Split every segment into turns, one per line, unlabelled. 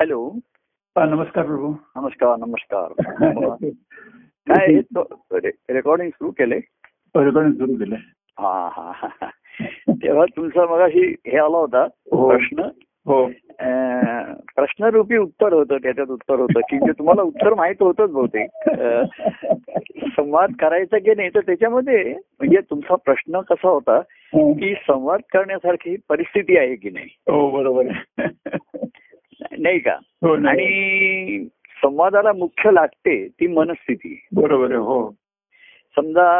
Hello
हा नमस्कार प्रभू
नमस्कार नमस्कार बोला. काय हे तो- रे- रेकॉर्डिंग सुरू केले
रेकॉर्डिंग सुरू केलंय
हा हा हा, हा. तेव्हा तुमचा मग हे आला होता
हो.
प्रश्न
हो
अं, प्रश्नरूपी उत्तर होतं त्याच्यात उत्तर होतं की जे तुम्हाला उत्तर माहित होतच बहुतेक अं, संवाद करायचा की नाही तर त्याच्यामध्ये म्हणजे तुमचा प्रश्न कसा होता की संवाद करण्यासारखी परिस्थिती आहे की नाही
हो बरोबर आहे
नाही का
हो ना.
आणि संवादाला मुख्य लागते ती मनस्थिती
बरोबर आहे हो
समजा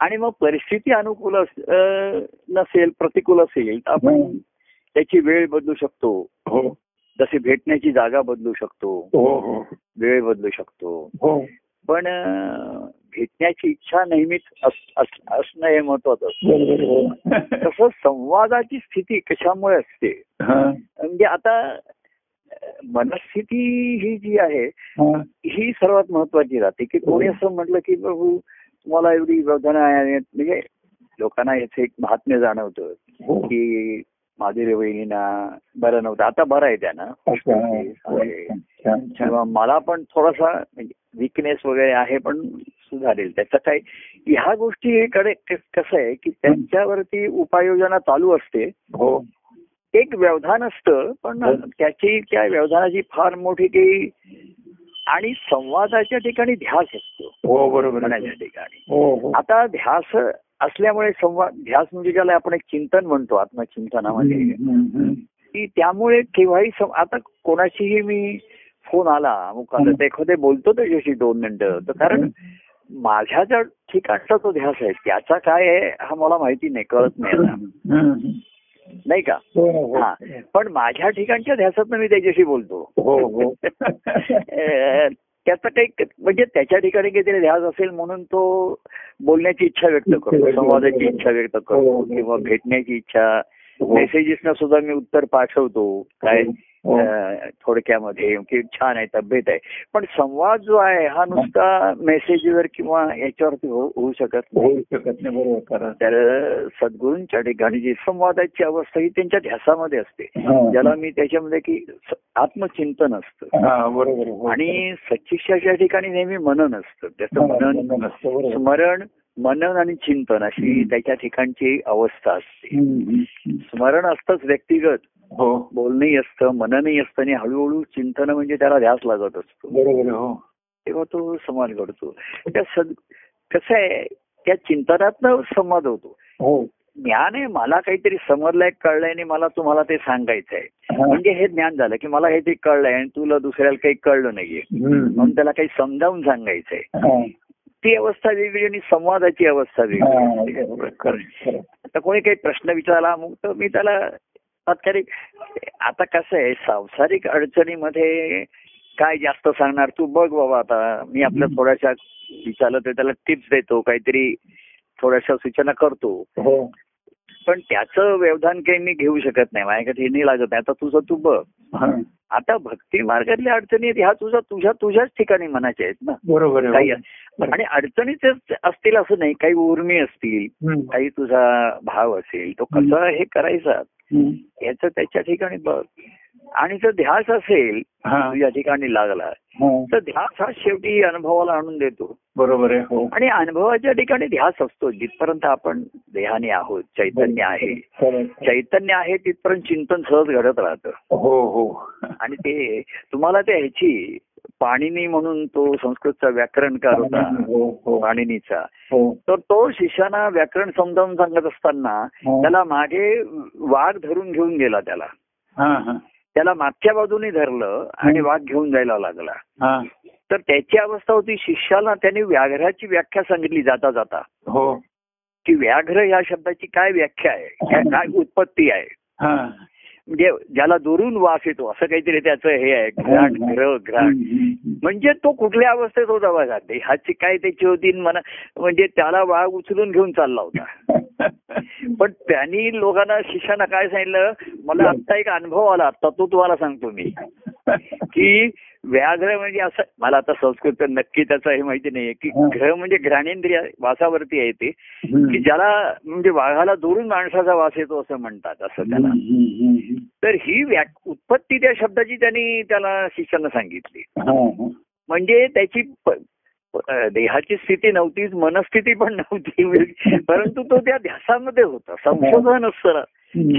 आणि मग परिस्थिती अनुकूल अस- अं, नसेल प्रतिकूल असेल तर आपण
हम्म.
त्याची वेळ बदलू शकतो
हो
जसे भेटण्याची जागा बदलू शकतो
हो हो
वेळ बदलू शकतो
हो
पण अं, भेटण्याची इच्छा नेहमीच अस- अस- असणं हे महत्वाचं असतं.
बरोबर आहे, हो
तसं संवादाची स्थिती कशामुळे असते
हा,
म्हणजे आता अं, मनस्थिती ही जी आहे
हा.
ही सर्वात महत्वाची राहते की कोणी
हो.
असं म्हटलं की प्रभू तुम्हाला एवढी वेदना आहे म्हणजे लोकांना याचं एक महात्म्य जाणवतं
हो
की माधुरी वहिनींना बरं नव्हतं आता बरं आहे त्यांना
अच्छा, हा. छान, छान छान
किंवा मला पण थोडासा विकनेस वगैरे आहे पण सुधारेल त्याचं काय ह्या गोष्टी कडे क- कसं आहे की त्यांच्यावरती उपाययोजना चालू असते
हो
एक व्यवधान असतं पण
हो.
त्याची त्या व्यवधानाची फार मोठी काही आणि संवादाच्या ठिकाणी ध्यास असतो
हो बरोबर आहे
म्हणायच्या ठिकाणी
हो हो
आता ध्यास असल्यामुळे संवाद ध्यास म्हणजे ज्याला आपण एक चिंतन म्हणतो आत्मचिंतनामध्ये
हम्म, हम्म, हम्म.
की त्यामुळे केव्हाही सं- आता कोणाशीही मी फोन आला अमुक आला तर एखादे बोलतो त्याच्याशी दोन मिनिटं तर कारण माझ्या ज्या ठिकाणचा तो ध्यास आहे त्याचा काय आहे हा मला माहिती नाही कळत नाही आता.
हम्म, हम्म.
नाही का
हो हो
हा पण माझ्या ठिकाणच्या ध्यासात मी त्याच्याशी बोलतो
हो हो
अं, त्याचा काही म्हणजे त्याच्या ठिकाणी काहीतरी ध्यास असेल म्हणून तो बोलण्याची इच्छा व्यक्त करतो हो, संवादाची इच्छा व्यक्त करतो किंवा भेटण्याची इच्छा मेसेजेसना सुद्धा मी उत्तर पाठवतो काय
हो.
अं, थोडक्यामध्ये की छान आहे तब्येत आहे पण संवाद जो आहे हा नुसता मेसेजवर किंवा याच्यावरती होऊ होऊ शकत नाही
होऊ शकत नाही बरोबर करा
तर सद्गुरूंच्या ठिकाणी जी संवादाची अवस्था ही त्यांच्या ध्यासामध्ये असते ज्याला मी त्याच्यामध्ये की स- आत्मचिंतन असतं
हा बरोबर आहे, हो. हो,
आणि सचिक्षाच्या ठिकाणी नेहमी मनन असतं त्याचं
हा,
मनन
बंधन असतं, बरोबर.
स्मरण मनन आणि चिंतन अशी
हम्म.
त्याच्या ठिकाणची अवस्था असते
हम्म, हम्म, हम्म.
स्मरण असतंच व्यक्तिगत
हो
बोलणंही असतं मननही असतं आणि हळूहळू चिंतन म्हणजे त्याला ध्यास लागत असतो
बरोबर आहे, हो
तेव्हा तो संवाद घडतो त्या सद कसं आहे त्या चिंतनातनं संवाद होतो
हो
ज्ञान आहे मला काहीतरी समजलंय कळलंय आणि मला तुम्हाला ते सांगायचं आहे
हा.
म्हणजे हे ज्ञान झालं की मला काहीतरी कळलंय आणि तुला दुसऱ्याला काही कळलं नाहीये
हम्म,
म्हणून
हम्म.
त्याला काही समजावून सांगायचंय
हा,
ती अवस्था वेगळी आणि संवादाची अवस्था
हा,
वेगळी
बरोबर, correct, correct.
आता कोणी काही प्रश्न विचारला मग तर मी त्याला तात्कालिक आता कसं आहे सांसारिक अडचणीमध्ये काय जास्त सांगणार तू बघ बाबा आता मी आपल्या
हम्म.
थोड्याशा विचारलं तर त्याला टिप्स देतो काहीतरी थोड्याशा सूचना करतो
हो
पण त्याचं व्यवधान काही मी घेऊ शकत नाही माझ्याकडे हे नाही लागत नाही आता तुझं तू बघ
हा,
आता भक्ती मार्गातल्या अडचणी आहेत ह्या तुझ्या तुझ्या तुझ्याच ठिकाणी मनाच्या आहेत ना
बरोबर आहे,
काही
हो. बरोबर.
आणि अडचणीच असतील असं नाही काही उर्मी असतील
हम्म,
काही तुझा भाव असेल तो कसा हे करायचा
हम्म.
याचं त्याच्या ठिकाणी बघ आणि जर ध्यास असेल
हा,
तुझ्या ठिकाणी लागला
हा,
तर ध्यास हा शेवटी अनुभवाला आणून देतो
बरोबर आहे हो
आणि अनुभवाच्या ठिकाणी ध्यास असतो जिथपर्यंत आपण देहाने आहोत चैतन्य आहे
Correct, correct.
चैतन्य आहे तिथपर्यंत चिंतन सहज घडत राहतं
हो हो
आणि ते तुम्हाला ते ह्याची पाणिनी म्हणून तो संस्कृतचा व्याकरणकार होता
हो हो
पाणिनीचा
हो
तर तो शिष्याना व्याकरण समजावून सांगत असताना
हा.
त्याला मागे वाघ धरून घेऊन गेला त्याला
हा हा
त्याला मागच्या बाजूने धरलं आणि वाघ घेऊन जायला लागला
हा
तर त्याची अवस्था होती शिष्याला त्याने व्याघ्राची व्याख्या सांगितली जाता जाता
हो
की व्याघ्र या शब्दाची काय व्याख्या आहे काय- काय उत्पत्ती आहे
हा
म्हणजे ज्याला दुरून वास येतो असं काहीतरी त्याचं हे आहे घ्राण ग्रह घ्राण
हो. हम्म, हम्म.
म्हणजे तो कुठल्या अवस्थेत होता बघा ते ह्याची काय त्याची होती न मना म्हणजे त्याला वाघ उचलून घेऊन चालला होता पण त्यांनी लोकांना शिष्याना काय सांगितलं मला आत्ता एक अनुभव आला आत्ता तो तुम्हाला सांगतो मी की व्याघ्र म्हणजे असं मला आता संस्कृत नक्की त्याचं हे माहिती नाहीये की
हा.
ग्रह म्हणजे घ्राणेंद्रिय वासावरती आहे ते
हम्म.
की ज्याला म्हणजे वाघाला जोडून माणसाचा वास येतो असं म्हणतात
Hmm,
असं त्याला
हम्म, हम्म, हम्म.
तर ही व्या उत्पत्ती त्या शब्दाची त्यांनी त्याला शिष्यांना सांगितली
हा, हा.
म्हणजे त्याची प- प- अं, देहाची स्थिती नव्हतीच मनस्थिती पण नव्हती परंतु तो त्या ध्यासामध्ये होता संशोधन
हो.
असतं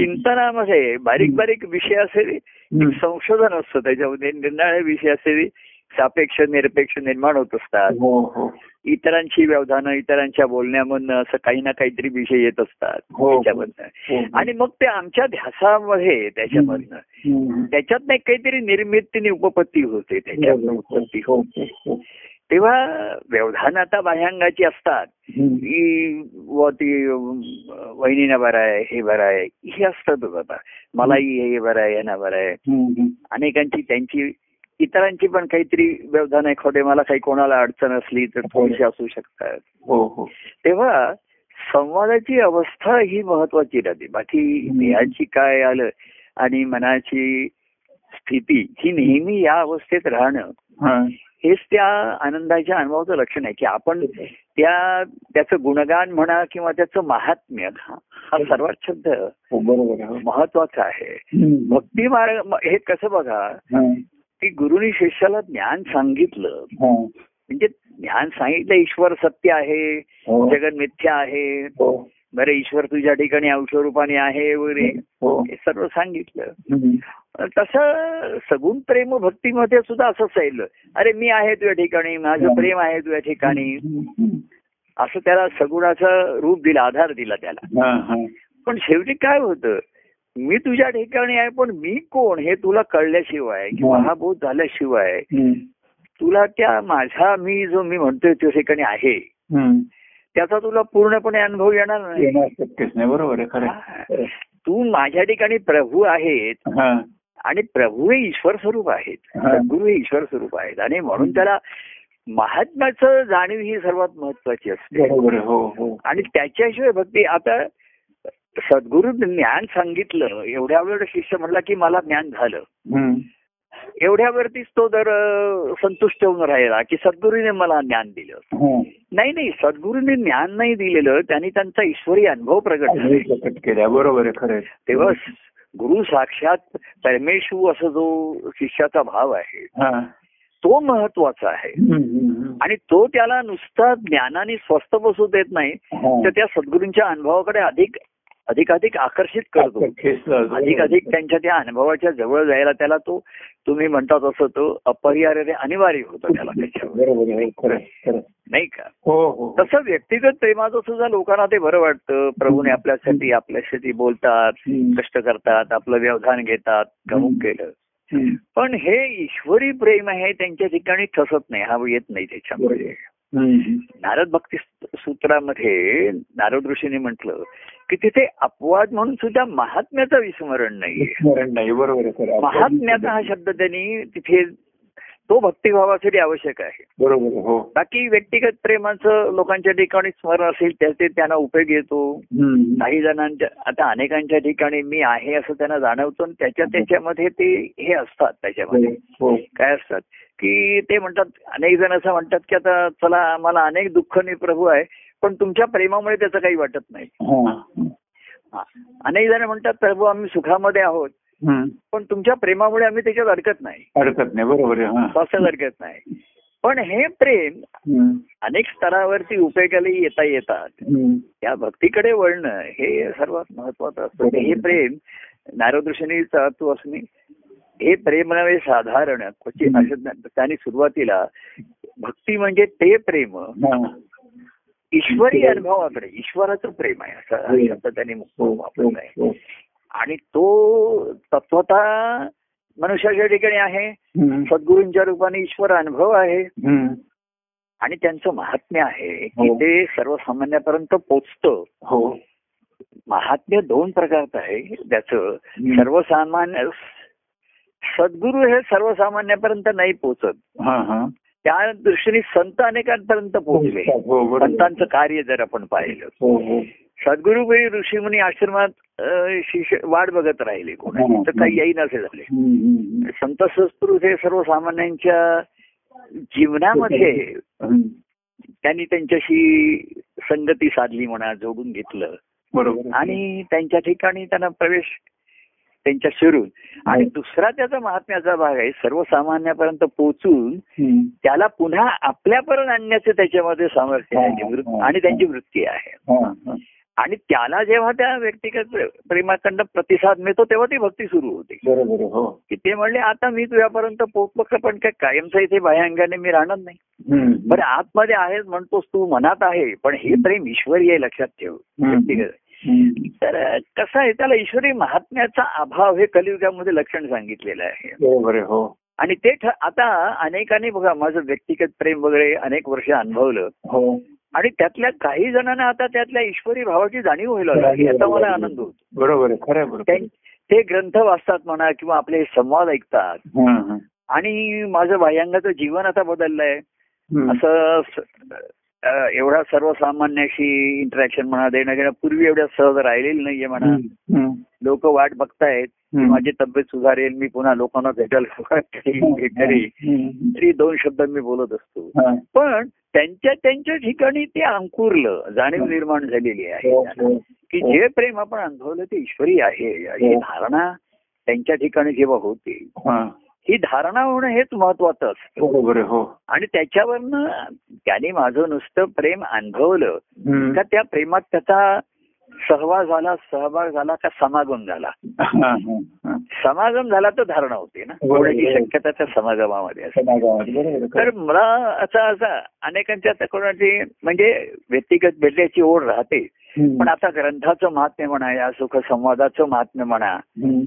चिंतनामध्ये बारीक बारीक विषय असेल
हम्म.
संशोधन असतं त्याच्यामध्ये निर्णय विषय असेल सापेक्ष निरपेक्ष निर्माण होत असतात
हो हो
इतरांशी व्यवधानं इतरांच्या बोलण्यामधनं असं काही ना काहीतरी विषय येत असतात
हो.
त्याच्यामधनं
हो.
आणि मग ते आमच्या ध्यासामध्ये
Hmm,
त्याच्यामधनं
हम्म.
त्याच्यात नाही काहीतरी निर्मितीने उपपत्ती होते त्याच्यात
बरोबर.
उत्पत्ती
हो,
होते
हो, हो.
तेव्हा व्यवधान आता बाह्यांगाची असतात
हम्म.
ही व ती वहिनीनं बरं आहे हे बरं आहे हे असतातच आता मलाही हे बरं आहे यांना बरं आहे
हम्म.
अनेकांची त्यांची इतरांची पण काहीतरी व्यवधान आहे खोटे मला काही कोणाला अडचण असली तर थोडीशी असू शकतात
हो हो
तेव्हा संवादाची अवस्था ही महत्वाची राहते बाकी देहाची काय आलं आणि मनाची स्थिती ही नेहमी या अवस्थेत राहणं
हा.
हेच त्या आनंदाच्या अनुभवाचं लक्षण आहे की आपण त्या त्याचं गुणगान म्हणा किंवा त्याचं महात्म्य हा हा सर्वात शब्द
हो बरोबर आहे.
महत्वाचा आहे
हम्म.
भक्ती मार्ग म- हे कसं बघा
हा,
की गुरुनी शिष्याला ज्ञान सांगितलं
हा.
म्हणजे ज्ञान सांगितलं ईश्वर सत्य आहे
हो.
जगन मिथ्या आहे
हो.
बरं ईश्वर तुझ्या ठिकाणी अंश रूपाने आहे वगैरे
हो.
हे सर्व सांगितलं
हम्म.
तसं सगुण प्रेम भक्तीमध्ये सुद्धा असंच राहिलं अरे मी आहे तुझ्या ठिकाणी माझं प्रेम आहे तुझ्या ठिकाणी
हो. हम्म.
असं त्याला सगुणाचं रूप दिलं आधार दिला त्याला
हा, हा.
पण शेवटी काय होतं मी तुझ्या ठिकाणी आहे पण मी कोण हे तुला कळल्याशिवाय
हो.
किंवा हा बोध झाल्याशिवाय
हम्म.
तुला त्या माझा मी जो मी म्हणतोय त्या ठिकाणी आहे
हम्म.
त्याचा तुला पूर्णपणे अनुभव येणार नाही
येणार शक्यच नाही बरोबर आहे खरं आहे. खरं आहे.
तू माझ्या ठिकाणी प्रभू आहेत
हा.
आणि प्रभू हे ईश्वर स्वरूप आहेत
हा.
गुरु हे ईश्वर स्वरूप आहेत आणि म्हणून त्याला महात्म्याचं जाणीव ही सर्वात महत्वाची असते
बरोबर आहे. हो हो
आणि त्याच्याशिवाय भक्ती आता सद्गुरु ज्ञान सांगितलं एवढ्या वेळ शिष्य म्हटला की मला ज्ञान झालं
हम्म.
एवढ्यावरतीच तो जर अं, संतुष्ट होऊन राहिला की सद्गुरूने मला ज्ञान दिलं
हा.
नाही नाही सद्गुरूने ज्ञान नाही दिलेलं त्यांनी त्यांचा ईश्वरी अनुभव प्रगट
आम्ही
झाले
प्रकट केल्या बरोबर आहे खरं आहे.
तेव्हा गुरु साक्षात परमेश्वर असं जो शिष्याचा भाव आहे
हा.
तो महत्वाचा आहे
हम्म, हम्म,
आणि तो त्याला नुसता ज्ञानाने स्वस्त बसू देत नाही
हम्म.
तर त्या सद्गुरूंच्या अनुभवाकडे अधिक अधिकाधिक आकर्षित करतो
खेचला जातो.
अधिक अधिक त्यांच्या त्या अनुभवाच्या जवळ जायला त्याला तो तुम्ही म्हणता तसं तो अपरिहार्य अनिवार्य होतो त्याला त्याच्यावर
बरोबर आहे. खरं आहे. खरं आहे.
नाही का
हो हो
तसं व्यक्तिगत प्रेमाचं सुद्धा लोकांना ते बरं वाटतं प्रभूने आपल्यासाठी आपल्यासाठी बोलतात
हम्म.
कष्ट करतात आपलं व्यवधान घेतात गमूक केलं
हम्म.
पण हे ईश्वरी प्रेम आहे त्यांच्या ठिकाणी ठसत नाही हा येत नाही
बरोबर
त्याच्यामध्ये
आहे. हम्म.
नारद भक्ती सूत्रामध्ये नारद ऋषीने म्हटलं की तिथे अपवाद म्हणून सुद्धा महात्म्याचं विस्मरण नाहीये
स्मरण नाही बरोबर आहे खरं आहे.
महात्म्याचा हा शब्द त्यांनी तिथे तो भक्तिभावासाठी आवश्यक आहे
बरोबर आहे. हो
बाकी व्यक्तिगत प्रेमाचं लोकांच्या ठिकाणी स्मरण असेल त्याचे त्यांना उपयोग येतो
हम्म.
काही जणांच्या आता अनेकांच्या ठिकाणी मी आहे असं त्यांना जाणवतो आणि त्याच्या त्याच्यामध्ये ते हे असतात त्याच्यामध्ये
हो
काय असतात की ते म्हणतात अनेक जण असं म्हणतात की आता चला आम्हाला अनेक दुःखनी प्रभू आहे पण तुमच्या प्रेमामुळे त्याचं काही वाटत नाही
हा.
हा. अनेक जण म्हणतात प्रभू आम्ही सुखामध्ये आहोत
हम्म.
पण तुमच्या प्रेमामुळे आम्ही त्याच्यात अडकत नाही
हरकत नाही बरोबर आहे हा
स्वास्थ्यात अडकत नाही पण हे प्रेम
हम्म.
अनेक स्तरावरती उपयोगाला येता येतात
हम्म.
त्या भक्तीकडे वळणं हे सर्वात महत्वाचं असतं ते हे प्रेम नारद ऋषींनी तू असणे हे प्रेम नव्हे साधारण क्वचित
हम्म.
अशा त्याने सुरुवातीला भक्ती म्हणजे ते प्रेम
हा.
ईश्वरी अनुभवाकडे ईश्वराचं प्रेम आहे असा हा शब्द त्याने मुक्त
हो हो,
वापरला आहे
हो.
आणि तो तत्वता मनुष्याच्या ठिकाणी आहे
हम्म.
सद्गुरूंच्या रूपाने ईश्वर अनुभव आहे
हम्म.
आणि त्यांचं महात्म्य आहे की
हो.
ते सर्वसामान्यापर्यंत पोचतं
हो
महात्म्य दोन प्रकारचं आहे त्याचं
हम्म.
सर्वसामान्य सद्गुरू हे सर्वसामान्यापर्यंत नाही पोचत
हा हा
त्या दृष्टीने संत अनेकांपर्यंत पोहोचले
हो बरोबर
संतांचं कार्य जर आपण पाहिलं
हो हो
सद्गुरुबाई ऋषीमुनी आश्रमात अं, शिष्य वाट बघत राहिले
हो,
कोणाची तर काही येई नसेल झाले
हम्म, हम्म,
संत संस्कृत हे सर्वसामान्यांच्या जीवनामध्ये
हो, हम्म.
त्यांनी त्यांच्याशी संगती साधली म्हणा जोडून घेतलं
बरोबर
आणि त्यांच्या ठिकाणी त्यांना प्रवेश त्यांच्या शिरून आणि दुसरा त्याचा महात्म्याचा भाग आहे सर्वसामान्यापर्यंत पोहोचून
हम्म.
त्याला पुन्हा आपल्यापर्यंत आणण्याचं त्याच्यामध्ये सामर्थ्य आहे आणि वृत्त- आणि त्यांची वृत्ती आहे
हा, हा.
आणि त्याला जेव्हा त्या व्यक्तिगत प्रेमाकडनं प्रतिसाद मिळतो तेव्हा ती भक्ती सुरू होते
बरोबर आहे, हो
की ते म्हणले आता मी तुझ्यापर्यंत पोहोचलो पण काय कायमचा इथे बाह्यांगाने मी राहणार नाही
हम्म.
बरं आतमध्ये आहेस म्हणतोस तू मनात आहे पण हे प्रेम ईश्वरी आहे लक्षात ठेव
हम्म.
व्यक्तिगत
हम्म.
तर कसं आहे त्याला ईश्वरी महात्म्याचा अभाव हे कलियुगामध्ये लक्षण सांगितलेलं आहे
बरोबर आहे, हो
आणि ते ठ- आता अनेकांनी बघा माझं व्यक्तिगत प्रेम वगैरे अनेक वर्ष अनुभवलं
हो
आणि त्यातल्या काही जणांना आता त्यातल्या ईश्वरी भावाची जाणीव व्हायला लागली याचा मला आनंद होतो
बरोबर आहे खरं आहे, बरोबर आहे.
त्यां- ते ग्रंथ वाचतात म्हणा किंवा आपले संवाद ऐकतात
हा, हा.
आणि माझं बाह्यांगाचं जीवन आता बदललं आहे
हम्म.
असं स- अ, एवढा सर्वसामान्याशी इंटरॅक्शन म्हणा देणं घेणं पूर्वी एवढ्या सहज राहिलेली नाहीये म्हणा
हम्म. हम्म.
लोक वाट बघतायत की
हम्म. हो,
माझी तब्येत सुधारेल मी पुन्हा लोकांना भेटेल भेटेल
हम्म.
तरी दोन शब्द मी बोलत असतो
हा.
पण त्यांच्या त्यांच्या ठिकाणी ते अंकुरलं जाणीव निर्माण झालेली
हो,
आहे
हो.
की जे प्रेम आपण अनुभवलं ते ईश्वरी आहे ही धारणा त्यांच्या ठिकाणी जेव्हा होते
हा.
ही धारणा होणं हेच महत्वाचं असतं
बरोबर आहे, हो
आणि त्याच्यावरनं त्याने माझं नुसतं प्रेम अनुभवलं
हम्म.
का त्या प्रेमात त्याचा सहवाग झाला सहभाग झाला का समागम झाला
हा, हा, हा.
समागम झाला तर धारणा होते ना
बरोबर.
होण्याची शक्यता त्या समागमामध्ये असते
समाजामध्ये, बरोबर आहे,
तर
खरं आहे.
मला असा असा अनेकांच्या आता कोणाची म्हणजे व्यक्तिगत भेटल्याची ओढ राहते
हम्म.
पण आता ग्रंथाचं महात्म्य म्हणा या सुख संवादाचं महात्म्य म्हणा
हम्म.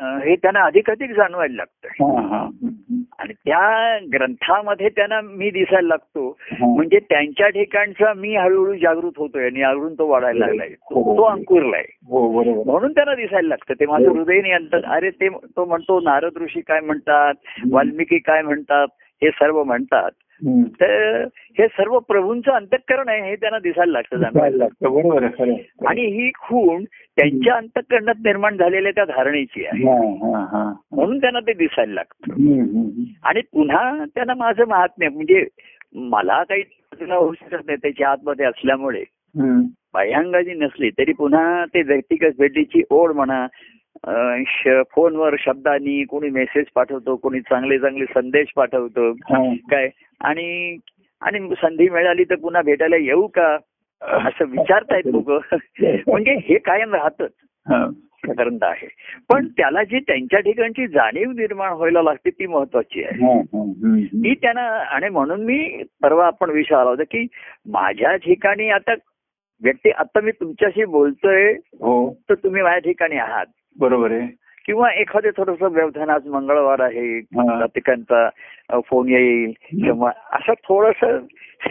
अं, हे त्यांना अधिक अधिक जाणवायला लागतं
हा, हा. हम्म.
आणि त्या ग्रंथामध्ये त्यांना मी दिसायला लागतो
हा.
म्हणजे त्यांच्या ठिकाणचा मी हळूहळू जागृत होतोय आणि हळूहळू तो वाढायला लागलाय तो तो अंकुरलाय
हो बरोबर आहे.
म्हणून त्यांना दिसायला लागतं ते माझं हृदय नाही आणतात अरे ते तो म्हणतो नारद ऋषी काय म्हणतात वाल्मिकी काय म्हणतात हे सर्व म्हणतात
हम्म.
तर हे सर्व प्रभूंचं अंतःकरण आहे हे त्यांना दिसायला लागतं
जायला
जाणवायला
लागतं, बरोबर आहे, खरं आहे.
आणि ही खूण त्यांच्या अंतःकरणात निर्माण झालेल्या त्या धारणेची आहे
हा, हा, हा.
म्हणून त्यांना ते दिसायला लागतं
हम्म, हम्म.
आणि पुन्हा त्यांना माझं महात्म्य म्हणजे मला काही तुला होऊ शकत नाही त्याच्या आतमध्ये असल्यामुळे
हम्म.
बाह्यांगाजी नसली तरी पुन्हा ते व्यक्तिगत भेटीची ओढ म्हणा अं, श- फोनवर शब्दांनी कोणी मेसेज पाठवतो कोणी चांगले चांगले संदेश पाठवतो
हा.
काय आणि आणि संधी मिळाली तर पुन्हा भेटायला येऊ का असं विचारतायत लोक म्हणजे हे कायम राहतच
हा.
ग्रंथ आहे पण त्याला जी त्यांच्या ठिकाणची जाणीव निर्माण व्हायला लागते ती महत्वाची आहे
हा, हा. हम्म.
ती त्यांना आणि म्हणून मी परवा आपण विषय आला होता की माझ्या ठिकाणी आता व्यक्ती आता मी तुमच्याशी बोलतोय
हो
तर तुम्ही माझ्या ठिकाणी आहात
बरोबर आहे
किंवा एखादे थोडस व्यवधान आज मंगळवार आहे
हा.
प्रत्येकांचा अ, फोन येईल किंवा असं थोडस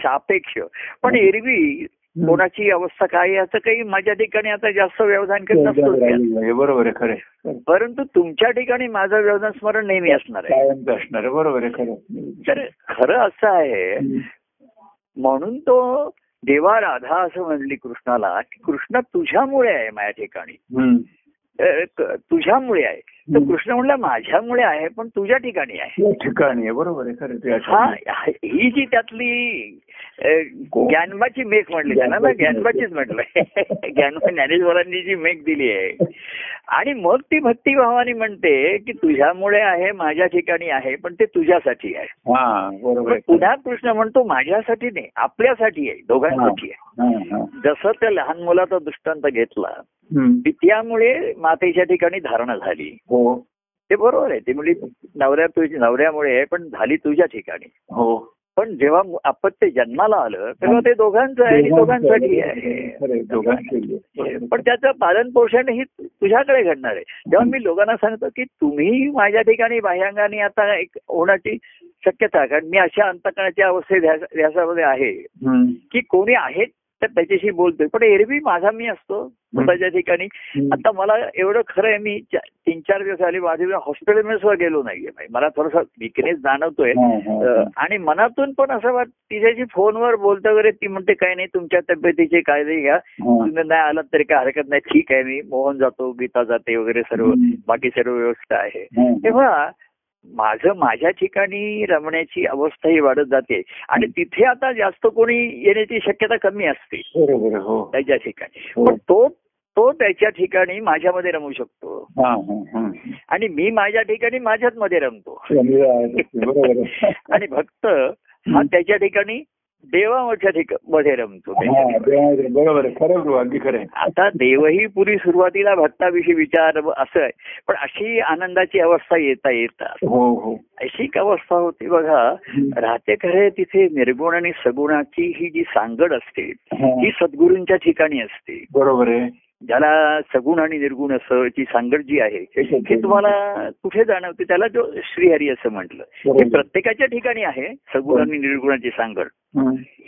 सापेक्ष पण एरवी
हम्म.
कोणाची अवस्था काय आहे असं काही माझ्या ठिकाणी आता जास्त व्यवधान करत
जाऊ
नसतो
राहिलेलं आहे, बरोबर आहे खरं आहे.
परंतु तुमच्या ठिकाणी माझं व्यवधान स्मरण नेहमी असणार आहे
कायमच असणार आहे, बरोबर आहे खरं आहे.
तर खरं असं आहे
हम्म.
म्हणून तो देवा राधा असं म्हणली कृष्णाला की कृष्ण तुझ्यामुळे आहे माझ्या ठिकाणी
हम्म.
अ, क- तुझ्यामुळे आहे तर
हम्म.
कृष्ण म्हणला माझ्यामुळे आहे पण तुझ्या ठिकाणी आहे
या ठिकाणी आहे, बरोबर आहे खरं आहे, त्या
हा
ठिकाणी.
ही जी त्यातली अ, ज्ञानबाची मेघ म्हणली त्यांना ना ज्ञानबाचीच म्हटलंय ज्ञानबा ज्ञानेश्वरांनी जी मेघ दिली आहे आणि मग ती भक्तिभावाने म्हणते की तुझ्यामुळे आहे माझ्या ठिकाणी आहे पण ते तुझ्यासाठी आहे
हा बरोबर
पण
आहे
पुन्हा कृष्ण म्हणतो माझ्यासाठी नाही आपल्यासाठी आहे दोघांसाठी आहे
हा, हा.
जसं त्या लहान मुलाचा दृष्टांत घेतला
हम्म.
की त्यामुळे मातेच्या ठिकाणी धारणा झाली
हो
ते बरोबर आहे ती मुली नवऱ्या तुझी नवऱ्यामुळे आहे पण झाली तुझ्या ठिकाणी
हो
पण जेव्हा मु- अपत्य जन्माला आलं तेव्हा ते दोघांचं आहे आणि दोघांसाठी आहे
खरं आहे, दोघांसाठी आहे.
पण त्याचं पालन पोषण ही तुझ्याकडे घडणार आहे तेव्हा मी लोकांना सांगतो की तुम्ही माझ्या ठिकाणी बाह्यांगाने आता एक होण्याची शक्यता आहे. कारण मी अशा अंतकणाच्या अवस्थेत ध्यास- ध्यासामध्ये आहे
हम्म.
की कोणी आहे तर त्याच्याशी बोलतोय पण एरवी माझा मी असतो स्वतःच्या ठिकाणी आता मला एवढं खरं आहे मी चा- तीन चार दिवस आले माझे हॉस्पिटलमध्ये सुद्धा गेलो नाहीये बाई. मला थोडासा विकनेस जाणवतोय
हा, हा,
अं, आणि मनातून पण असं वाट तिच्याशी फोनवर बोलता वगैरे ती म्हणते काय नाही तुमच्या तब्येतीची काळजी घ्या
हा.
तुम्ही नाही आलात तरी काय हरकत नाही ठीक आहे मी मोहन जातो गीता जाते वगैरे सर्व
हम्म.
बाकी सर्व व्यवस्था आहे
हा, हा.
तेव्हा माझं माझ्या ठिकाणी रमण्याची अवस्था ही वाढत जाते आणि तिथे आता जास्त कोणी येण्याची शक्यता कमी असते
बरोबर आहे, हो
त्याच्या ठिकाणी
हो.
पण तो तो त्याच्या ठिकाणी माझ्यामध्ये रमू शकतो
हा, हा, हा.
आणि मी माझ्या ठिकाणी माझ्याच मध्ये रमतो
रमीला आहे तशी, बरोबर आहे.
आणि भक्त हा हो, त्याच्या ठिकाणी देवाच्या ठिकाणी मध्ये रमतो त्याच्या
हा,
ठिकाणी.
बरोबर आहे, बरोबर आहे खरं प्रभू अगदी खरं आहे
आता देवही पुरी सुरुवातीला भक्ताविषयी विचार व असं आहे पण अशी आनंदाची अवस्था येता येता
हो हो
अशी एक अवस्था होती बघा राहते खरे तिथे निर्गुण आणि सगुणाची ही जी सांगड असते
हा,
ही सद्गुरूंच्या ठिकाणी असते
बरोबर आहे
ज्याला सगुण आणि निर्गुण असं जी सांगड जी आहे हे तुम्हाला कुठे जाणवते त्याला जो श्रीहरी असं म्हटलं हे
बरोबर आहे.
प्रत्येकाच्या ठिकाणी आहे सगुण आणि निर्गुणाची सांगड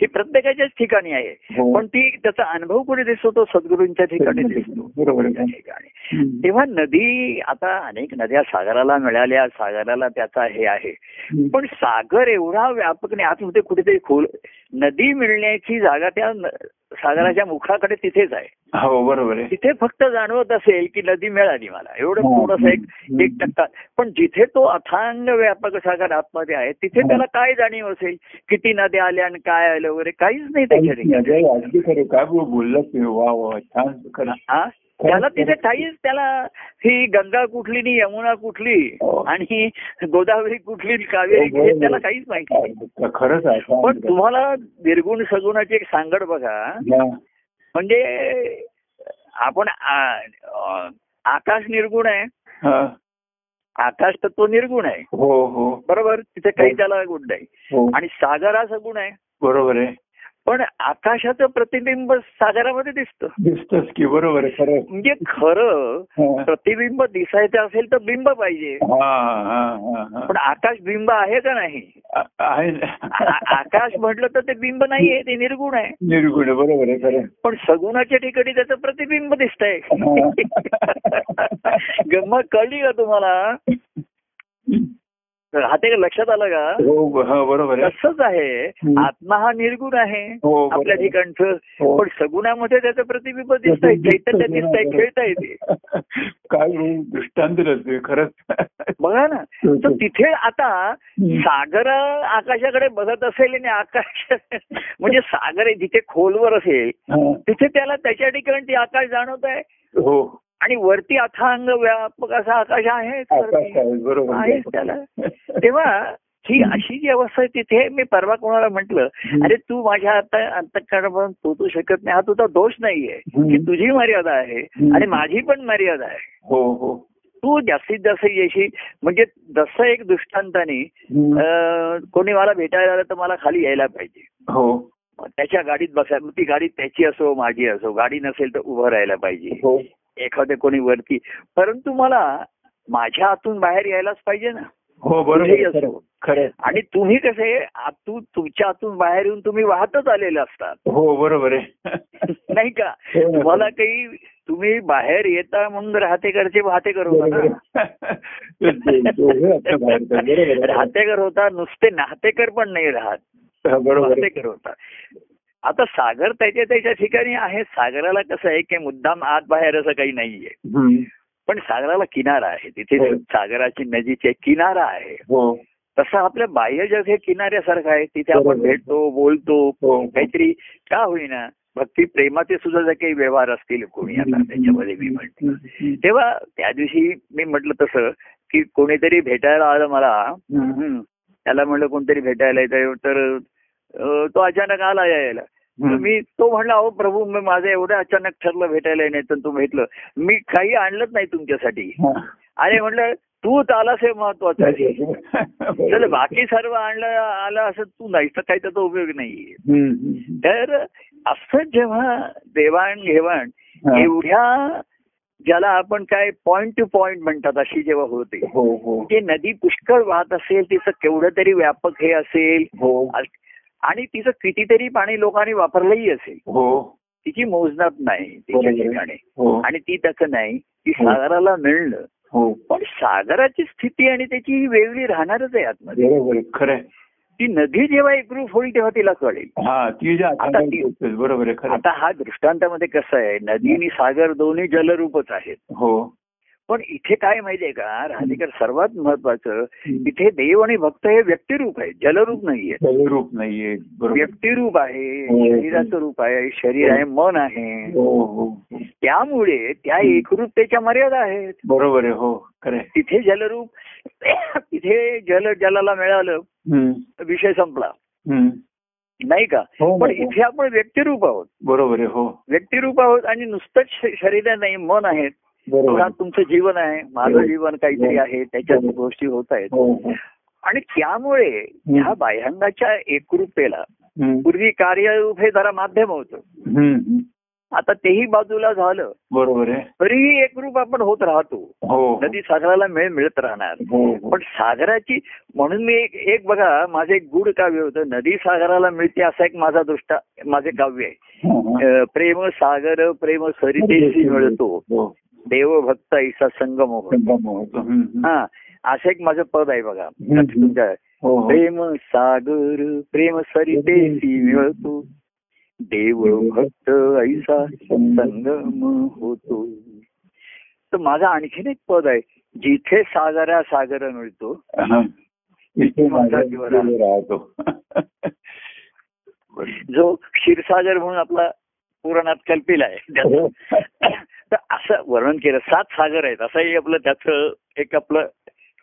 ही प्रत्येकाच्याच ठिकाणी आहे
हो.
पण ती त्याचा अनुभव कुठे दिसतो तो सद्गुरूंच्या ठिकाणी दिसतो
बरोबर
त्या
आहे.
ठिकाणी
हम्म.
तेव्हा नदी आता अनेक नद्या सागराला मिळाल्या सागराला त्याचा हे आहे
हम्म.
पण सागर एवढा व्यापक नाही आतमध्ये कुठेतरी खोल नदी मिळण्याची जागा त्या न- सागराच्या मुखाकडे तिथेच आहे
हो बरोबर आहे
तिथे फक्त जाणवत असेल की नदी मिळाली मला एवढं
हा,
थोडस एक
हो. हम्म.
एक टक्का पण जिथे तो अथांग व्यापक सागर आतमध्ये आहे तिथे
हा.
त्याला काय जाणीव असेल किती नद्या आल्या आणि काय आलं वगैरे काहीच नाही त्याच्या ठिकाणी
अजय, अगदी खरं काय बोल बोललात तुम्ही वा वा छान खरं
हा? त्याला तिथे काहीच त्याला ही गंगा कुठली नी यमुना कुठली
हो.
आणि गोदावरी कुठली नी कावेरी
हो, हो,
कुठली,
हो.
त्याला काहीच माहिती नाही
खरंच आहे छान.
पण तुम्हाला निर्गुण सगुणाची एक सांगड बघा
हा.
म्हणजे आपण आ- अ- आकाश निर्गुण आहे
हा.
आकाश तर तो निर्गुण आहे
हो हो
बरोबर तिथे काही त्याला गुण नाही
हो
आणि सागर हा सगुण आहे
बरोबर आहे
पण आकाशाचं प्रतिबिंब सागरामध्ये दिसतं
दिसतच की बरोबर आहे खरं
म्हणजे खरं
हा.
प्रतिबिंब दिसायचं असेल तर बिंब पाहिजे
हा, हा, हा, हा.
पण आकाश बिंब आहे का नाही
आ- आहे
आ- आ-
ना.
आकाश म्हटलं तर ते बिंब नाहीये ते निर्गुण आहे
निर्गुण आहे, बरोबर आहे खरं
पण सगुणाच्या ठिकाणी त्याचं प्रतिबिंब दिसतंय गंमत कळली का तुम्हाला हा ते लक्षात आलं का
हो ब- हा, बरोबर आहे
तसंच आहे
हम्म.
आत्मा हा निर्गुण आहे
हो बरोबर.
आपल्या ठिकाणचं
हो.
पण सगुणामध्ये त्याचं प्रतिबिंब दिसतंय चैतन्य दिसतंय खेळता येते
काय बोलू, दृष्टांत दिलं तुम्ही खरंच
बघा ना तर तिथे आता
हम्म.
सागर आकाशाकडे बघत असेल आणि आकाश म्हणजे सागर आहे जिथे खोलवर असेल
हा.
तिथे त्याला त्याच्या ठिकाणी ते आकाश जाणवत आहे
हो
आणि वरती अथांग व्यापक असा आकाश आहे
आकाश आहे बरोबर
आहे त्याला. तेव्हा ही अशी जी अवस्था आहे तिथे मी परवा कोणाला म्हंटल अरे तू माझ्या आता अंतकरणापासून पोचू शकत नाही हा तुझा दोष नाहीये ही
हम्म.
तुझी मर्यादा आहे
हम्म.
आणि माझी पण मर्यादा आहे
हो हो
तू जास्तीत जास्त येशी म्हणजे जसं एक दृष्टांताने
हम्म.
अं, कोणी मला भेटायला आलं तर मला खाली यायला पाहिजे
हो
मग त्याच्या गाडीत बसाय मग ती गाडी त्याची असो माझी असो गाडी नसेल तर उभं राहायला पाहिजे
हो
एखादं कोणी वरती परंतु मला माझ्या हातून बाहेर यायलाच पाहिजे ना
हो बरोबर
कुठेही
आहे,
असो.
खरं खरं
आणि तुम्ही कसे आतून तुमच्या हातून बाहेर येऊन तुम्ही वाहतच आलेले असतात
हो बरोबर आहे
नाही का
हो ना.
तुम्हाला काही तुम्ही बाहेर येता म्हणून राहतेकरचे वाहतेकर होता
बरोबर
ना
आहे. ते दोघे आता बाहेर आहेत, बरोबर आहे.
राहतेकर होता नुसते नाहतेकर पण नाही राहत
हा, बरोबर आहे.
वाहतेकर होता आता सागर त्याच्या त्याच्या ठिकाणी आहे सागराला कसं आहे की मुद्दाम आत बाहेर असं काही नाहीये
हम्म.
पण सागराला किनारा आहे
हो.
तिथे सागराची नदीची एक किनारा आहे
हो
तसं आपल्या बाह्य जग हे किनाऱ्यासारखं आहे तिथे आपण
बरोबर.
भेटतो बोलतो
हो
काहीतरी का होईना भक्ती प्रेमाचे सुद्धा जे काही व्यवहार असतील कोणी आता त्याच्यामध्ये मी म्हणते
म्हणते
तेव्हा त्या दिवशी मी म्हटलं तसं की कोणीतरी भेटायला आलं मला हं. त्याला म्हणलं कोणतरी भेटायला येत तर अं, तो अचानक आला यायला तर मी तो म्हणला अहो प्रभू मी माझं एवढं अचानक ठरलं भेटायला येण्याचं तू भेटलं मी काही आणलंच नाही तुमच्यासाठी अरे म्हटलं तूच आलास हे महत्वाचं आहे चल बाकी सर्व आणलं आलं असं तू नाही तर काही त्याचा उपयोग नाहीये तर असं जेव्हा देवाणघेवाण एवढ्या ज्याला आपण काय पॉइंट टू पॉइंट म्हणतात अशी जेव्हा होते
हो हो
ते नदी पुष्कळ वाहत असेल तिचं केवढं तरी व्यापक हे असेल
हो
अस- आणि तिचं कितीतरी पाणी लोकांनी वापरलंही असेल
हो
तिची मोजणार नाही तिच्या
बरोबर आहे.
ठिकाणी
हो
आणि ती तसं नाही ती सागराला मिळणं
हो
पण सागराची स्थिती आणि त्याची ही वेगळी राहणारच आहे आतमध्ये
बरोबर आहे, खरं आहे.
ती नदी जेव्हा एकरूप होईल तेव्हा तिला कळेल
हा ती ज्या
आता
आकाराची
ती-
गोष्ट आहे, बरोबर आहे खरं
आता हा दृष्टांतामध्ये कसं आहे नदी आणि सागर दोन्ही जलरूपच आहेत
आहे. हो
पण इथे काय माहितीये का राधिकर सर्वात महत्वाचं इथे देव आणि भक्त हे व्यक्तिरूप आहे जलरूप नाहीये
रूप नाहीये बरोबर
व्यक्तिरूप आहे
हो.
शरीराचं रूप आहे शरीर आहे मन आहे
हो हो हो.
त्यामुळे त्या एकरूपतेच्या मर्यादा आहेत
बरोबर आहे हो खरं आहे.
तिथे जलरूप तिथे जल जलाला मिळालं
हम्म,
विषय संपला
हम्म.
नाही का
हो,
पण
हो.
इथे आपण व्यक्तिरूप आहोत
बरोबर आहे हो
व्यक्तिरूप आहोत आणि नुसतंच श- शरीर नाही मन आहे
बरोबर हो.
पुन्हा
आहे.
तुमचं जीवन आहे माझं जीवन काहीतरी आहे त्याच्यात गोष्टी होत आहेत
हो हो.
आणि त्यामुळे ह्या बाह्यांगाच्या एकरूपतेला
हम्म,
पूर्वी कार्यरूप हे जरा माध्यम होतं
हम्म, हम्म.
आता तेही बाजूला झालं
बरोबर आहे
तरीही एकरूप आपण होत राहतो
हो हो.
नदी सागराला मेळ मिळत राहणार
हो हो.
पण सागराची म्हणून मी एक एक बघा माझं एक गुढ काव्य होतं नदी सागराला मिळते असा एक माझा दृष्टा माझे काव्य आहे
हा, हा.
अं, प्रेम सागर प्रेम सरितेशी मिळतो
हो.
देव भक्त ऐसा संगम होय.
संगम होतो. हम्म, हम्म.
हा असं एक माझं पद आहे बघा
हम्म.
तुमच्या
हो, हो.
प्रेम सागर प्रेम सरितेशी मिळतो देव भक्त ऐसा संगम होतो तर माझा आणखीन एक पद आहे जिथे सागरा सागर मिळतो
हा. इथे माझा
जीव
जीव राहतो
जो क्षीरसागर म्हणून आपला पुराणात कल्पिला आहे
हो.
त्याचं. तर असं वर्णन केलं सात सागर आहेत असंही आपलं त्याचं एक आपलं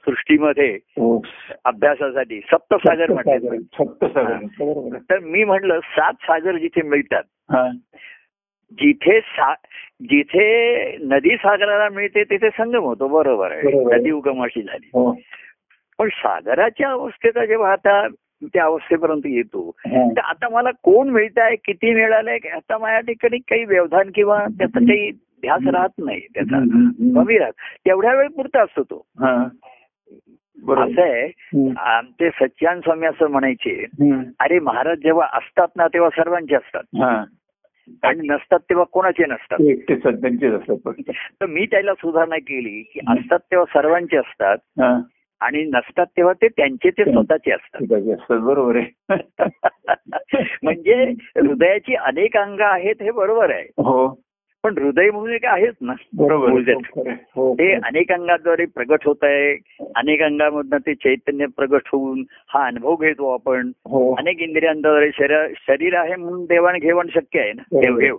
सृष्टीमध्ये
हो.
अभ्यासासाठी सप्तसागर म्हटलं
सप्तसागर. बरोबर आहे.
तर मी म्हणलं सात सागर जिथे मिळतात
हा.
जिथे सा जिथे नदी सागराला मिळते तिथे संगम होतो बरोबर आहे
बरोबर आहे.
नदी उगमाशी झाली
हो.
पण सागराच्या अवस्थेचा जेव्हा आता त्या अवस्थेपर्यंत येतो
हा.
तर आता मला कोण मिळत आहे किती मिळालंय आता माझ्या ठिकाणी काही व्यवधान किंवा त्याचा काही ध्यास राहत नाही त्याचा
हम्म, हम्म.
कमी राहत तेवढ्या वेळ पुरता असतो तो
हा.
असं
बरोबर
आहे
हम्म.
आमचे सच्चान स्वामी असं म्हणायचे
हम्म.
अरे महाराज जेव्हा असतात ना तेव्हा सर्वांचे असतात
हा.
आणि नसतात तेव्हा कोणाचे नसतात
एकटे सध्यांचेच असतात फक्त
तर मी त्याला सुधारणा केली की असतात तेव्हा सर्वांचे असतात
हा.
आणि नसतात तेव्हा ते त्यांचे ते स्वतःचे असतात
सध्यांचे असतात बरोबर आहे
म्हणजे हृदयाची अनेक अंग आहेत हे बरोबर आहे
हो
पण हृदय म्हणून एक आहेच ना
बरोबर आहे.
मूलभूत.
खरं आहे. हो
ते अनेक अंगाद्वारे प्रगट होत आहे अनेक अंगामधनं ते चैतन्य प्रगट होऊन हा अनुभव घेतो आपण
हो
अनेक इंद्रियांद्वारे शरीर शरीर आहे म्हणून देवाणघेवाण शक्य आहे ना देवघेव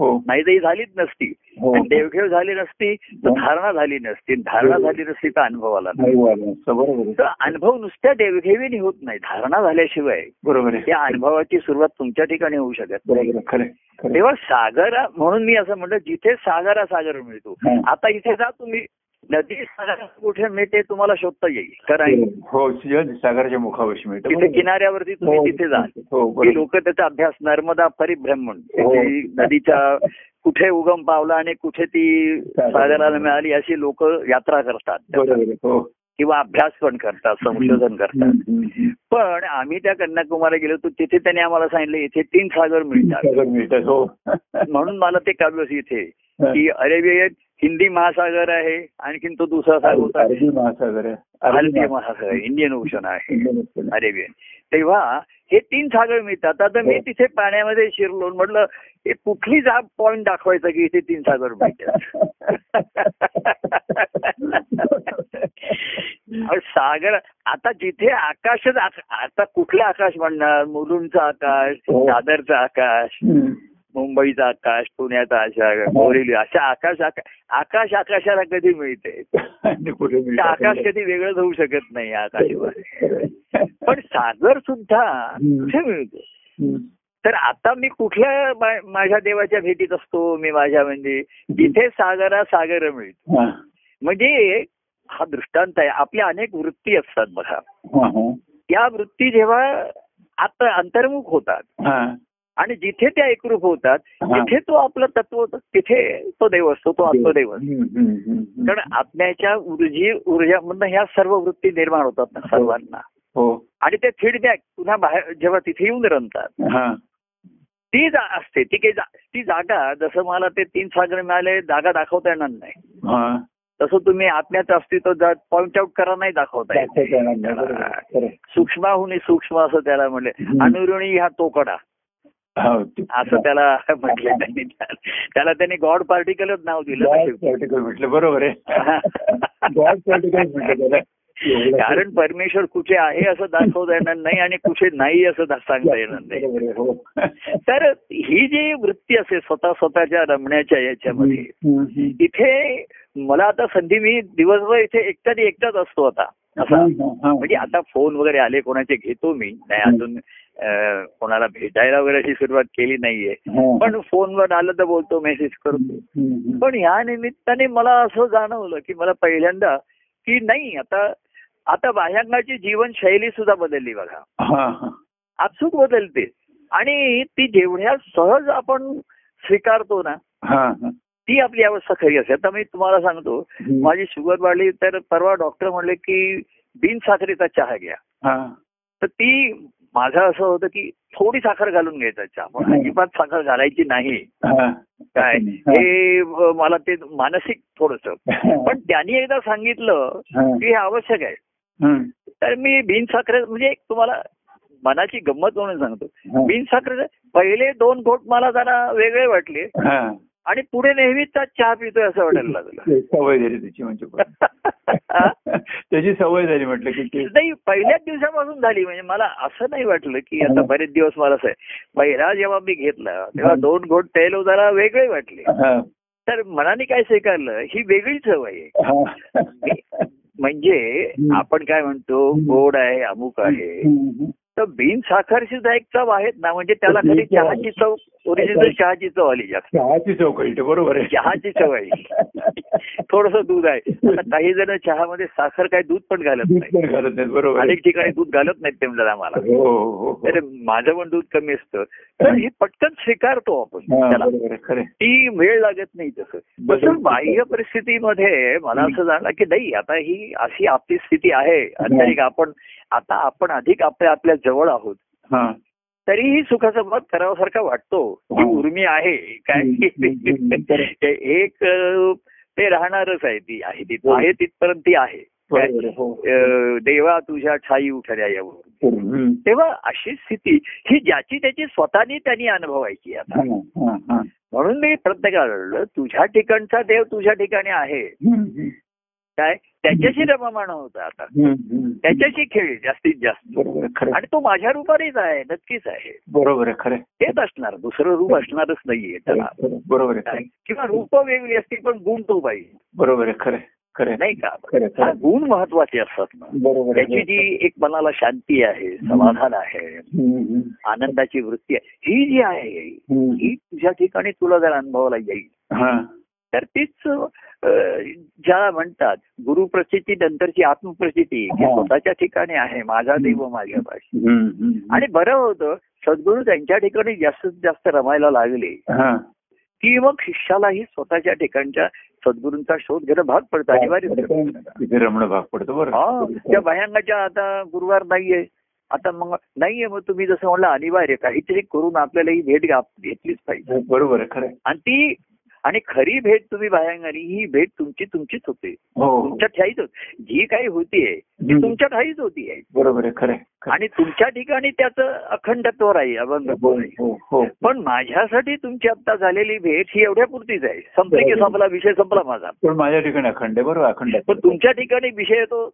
हो
नाही तर ही झालीच नसती
हो
आणि देवघेव झाली नसती तर धारणा झाली नसती आणि धारणा झाली नसती तर अनुभव आला नसता.
नाही वाढलं. असं बरोबर आहे.
तर अनुभव नुसत्या देवघेवीने होत नाही धारणा झाल्याशिवाय
बरोबर आहे
त्या अनुभवाची सुरुवात तुमच्या ठिकाणी होऊ शकत नाही
बरोबर आहे. खरं आहे. खरं आहे.
तेव्हा सागरा म्हणून मी असं म्हटलं जिथे सागरा सागर मिळतो
हा.
आता इथे जा तुम्ही नदी सागरा कुठे मिळते तुम्हाला शोधता येईल कारण
हो शिवाजी सागराच्या मुखावशी मिळतं
तिथे किनाऱ्यावरती तुम्ही
हो,
तिथे जाल
हो
ती
बरोबर
लोक त्याचा अभ्यास नर्मदा परिभ्रम
हो.
म्हणून नदीच्या कुठे उगम पावला आणि कुठे ती सागराला मिळाली अशी लोक यात्रा करतात
बरोबर आहे. हो
किंवा अभ्यास पण करतात संशोधन करतात
हम्म, हम्म, हम्म.
पण आम्ही त्या कन्याकुमारी गेलो तर तिथे त्यांनी आम्हाला सांगितलं इथे तीन सागर मिळतात
सागर मिळतात हो
म्हणून मला ते काव्य असं इथे की अरेबियन हिंदी महासागर आहे आणखीन तो दुसरा सागर होता
अरबी महासागर आहे
भारतीय महासागर आहे, इंडियन ओशन आहे
महासागर
अरेबियन तेव्हा हे तीन सागर मिळतात आता मी तिथे पाण्यामध्ये शिरलो म्हटलं हे कुठली जा पॉइंट दाखवायचा की इथे तीन सागर मिळतात अहो, सागर आता जिथे आकाशच आक- आता कुठलं आकाश म्हणणार मुलुंडचं आकाश
हो.
दादरचं आकाश मुंबईचा आकाश पुण्याचा आकाश
हो.
बोरिवली अशा आकाश आका- आकाश आकाशाला कधी मिळते
आणि कुठे
ते आकाश
मिळतात
कधी वेगळंच होऊ शकत नाही आकाशावर
खरं आहे.
पण सागर सुद्धा
हम्म.
कुठे मिळतो
हम्म.
तर आता मी कुठल्या मा- माझ्या देवाच्या भेटीत असतो मी माझ्या म्हणजे जिथे सागरा सागर मिळतो
हा,
म्हणजे हा दृष्टांत आहे आपल्या अनेक वृत्ती असतात बघा
हा, हा.
त्या वृत्ती जेव्हा आता अंतर्मुख होतात
हा,
आणि जिथे त्या एकरूप होतात
हा.
तिथे तो आपलं तत्व तिथे तो देव असतो तो आत्मदेव असतो
हम्म, हम्म, हम्म, हम्म.
कारण आत्म्याच्या ऊर्जे ऊर्जामधनं ह्या सर्व वृत्ती निर्माण होतात ना सर्वांना
हो
आणि ते फीडबॅक पुन्हा बाहेर जेव्हा तिथे येऊन रमतात
हा
ती जा असते ती काही जा- ती जागा जसं मला ते तीन सागर मिळाले जागा दाखवता येणार नाही
हा
तसं तुम्ही आत्म्याचं अस्तित्व जा पॉइंट आउट करा नाही दाखवता येत
त्याचं करणार नाही. बरोबर आहे. खरं आहे.
सूक्ष्माहून सूक्ष्म असं त्याला म्हणले
हम्म.
अनुरुणी हा तोकडा
हो, ते-
असं त्याला म्हटलं त्यांनी त्याला त्यांनी गॉड पार्टिकलच नाव दिलं ना
God
शेवटी.
particle म्हटलं बरोबर आहे गॉड पार्टिकल म्हटलं त्याला एवढं-
कारण परमेश्वर कुठे आहे असं दाखवता येणार नाही आणि कुठे नाही असं दा- सांगता येणार नाही
बरोबर आहे, हो.
तर ही जी वृत्ती असते स्वतः स्वतःच्या रमण्याच्या याच्यामध्ये
हम्म, हम्म.
इथे मला आता संधी मी दिवसभर इथे एकटाच एकटाच असतो आता असा
हा, हा, हा.
म्हणजे आता फोन वगैरे आले कोणाचे घेतो मी नाही अजून अं, कोणाला भेटायला वगैरे अशी सुरुवात केली नाहीये
हा.
पण फोनवर आलं तर बोलतो मेसेज करतो
हम्म, हम्म.
पण ह्या निमित्ताने मला असं जाणवलं की मला पहिल्यांदा की नाही आता आता बाह्यांची जीवनशैली सुद्धा बदलली बघा
हा, हा.
आपसूक बदलते आणि ती जेवढ्या सहज आपण स्वीकारतो ना
हा, हा.
ती आपली अवस्था खरी असते आता मी तुम्हाला सांगतो
हम्म.
माझी शुगर वाढली तर परवा डॉक्टर म्हणले की बिनसाखरेचा चहा घ्या
हा.
तर ती माझं असं होतं की थोडी साखर घालून घ्यायचा चहा पण
हम्म.
अजिबात साखर घालायची नाही
हा.
काय हे अ, मला ते मानसिक थोडस
हा.
पण त्यांनी एकदा सांगितलं
हा.
की हे आवश्यक आहे
हम्म.
तर मी बिनसाखरे म्हणजे एक तुम्हाला मनाची गंमत म्हणून सांगतो
हा.
बिनसाखरे पहिले दोन घोट मला जरा वेगळे वाटले
हा.
आणि पुढे नेहमीच चहा पितोय असं वाटायला लागलं
ते सवय झाली त्याची म्हणजे पण. त्याची सवय झाली म्हटलं की ते
नाही पहिल्याच दिवसापासून झाली म्हणजे मला असं नाही वाटलं की आता बरेच दिवस मला असं आहे. पहिला जेव्हा मी घेतला तेव्हा दोन घोट तेल जरा वेगळे वाटले
हा.
तर मनाने काय स्वीकारलं ही वेगळी सवय आहे
हा.
म्हणजे
हम्म.
आपण काय म्हणतो गोड आहे अमुक आहे
हम्म, हम्म.
तर बिन साखरसुद्धा एक चव आहेत ना म्हणजे त्याला
बिन
कधी
चव आहे.
चहाची चव ओरिजिनल चहाची चव आली जास्त
चहाची चौकळी ते बरोबर आहे
चहाची चव आहे थोडस दूध आहे आता काही जण चहामध्ये साखर काय दूध पण घालत
दूध
नाही
पण घालत नाही बरोबर आहे.
अनेक ठिकाणी दूध घालत नाहीत ते आम्हाला
हो हो, हो हो.
तर माझं पण दूध कमी असतं तर हे पटकन स्वीकारतो आपण
हा,
त्याला
बरोबर आहे खरे
ती वेळ लागत नाही तसं
बरोबर.
तसं बाह्य परिस्थितीमध्ये मला असं जाणलं की नाही आता ही अशी आपली स्थिती आहे आंतरिक आपण आता आपण अधिक आपल्या आपल्या जवळ आहोत
हा
तरीही सुखासंवाद करावासारखा वाटतो ही
हम्म.
उर्मी आहे
हो. हम्म,
काय
हम्म.
ते एक अं, ते राहणारच आहे ती आहे ती
हो.
आहे तिथपर्यंत ती आहे काय?
बरोबर आहे, हो
अं, देवा तुझ्या ठाई उठल्या यावरून
हम्म.
तेव्हा अशी स्थिती ही ज्याची त्याची स्वतःनी त्यांनी अनुभवायची आता
हा, हा, हा.
म्हणून मी प्रत्येकाला म्हणलं, तुझ्या ठिकाणचा देव तुझ्या ठिकाणी आहे
हम्म, हम्म.
काय त्याच्याशी रममाण होता आता
हम्म, हम्म.
त्याच्याशी खेळ जास्तीत जास्त
बरोबर आहे, खरं आहे.
आणि तो माझ्या रूपानेच आहे नक्कीच आहे
बरोबर आहे खरे
तेच असणार दुसरं रूप असणारच नाहीये त्याला
बरोबर आहे
काय?
खरं.
किंवा रूप वेगळी असतील पण गुण तो पाहिजे
बरोबर आहे खरे खरे
नाही का
खरं, खरं.
हा, गुण महत्वाचे असतात ना
बरोबर
त्याची
आहे
जी एक मनाला शांती आहे समाधान आहे
हम्म, हम्म.
आनंदाची वृत्ती आहे ही जी आहे
हम्म.
ही तुझ्या ठिकाणी तुला जर अनुभवाला येईल
हा
तर तीच अं, ज्याला म्हणतात गुरुप्रसिद्धी नंतरची आत्मप्रसिद्धी की
हा.
स्वतःच्या ठिकाणी आहे माझा देव माझ्या पाशी
हम्म, हम्म.
आणि बरं होतं सद्गुरू त्यांच्या ठिकाणी जास्तीत जास्त रमायला लागले
हा
की मग शिष्यालाही स्वतःच्या ठिकाणच्या सद्गुरूंचा शोध घेणं भाग पडतं अनिवार्य होतं.
तिथे रमण भाग पडतो
हा त्या
बरोबर
भयांगाच्या आता गुरुवार नाहीये आता मग नाहीये मग तुम्ही जसं म्हणलं अनिवार्य काहीतरी करून आपल्याला ही भेट घ्या- घेतलीच पाहिजे
हो, बरोबर आहे खरं आहे.
आणि ती आणि खरी भेट तुम्ही भयांगानी ही भेट तुमची तुमचीच होते
हो
तुमच्या ठाईच होती जी काही होतीये ती
हम्म.
तुमच्या ठाईच होतीये
बरोबर आहे खरं आहे, खरं आहे.
आणि तुमच्या ठिकाणी त्याचं अखंडत्व राहील अभंगत्व राहील
हो हो
पण माझ्यासाठी तुमची आता झालेली भेट ही एवढ्या पुरतीच आहे संपली
हो.
की संपला विषय संपला माझा
पण माझ्या ठिकाणी अखंड आहे बरोबर अखंड आहे.
पण तुमच्या ठिकाणी विषय तो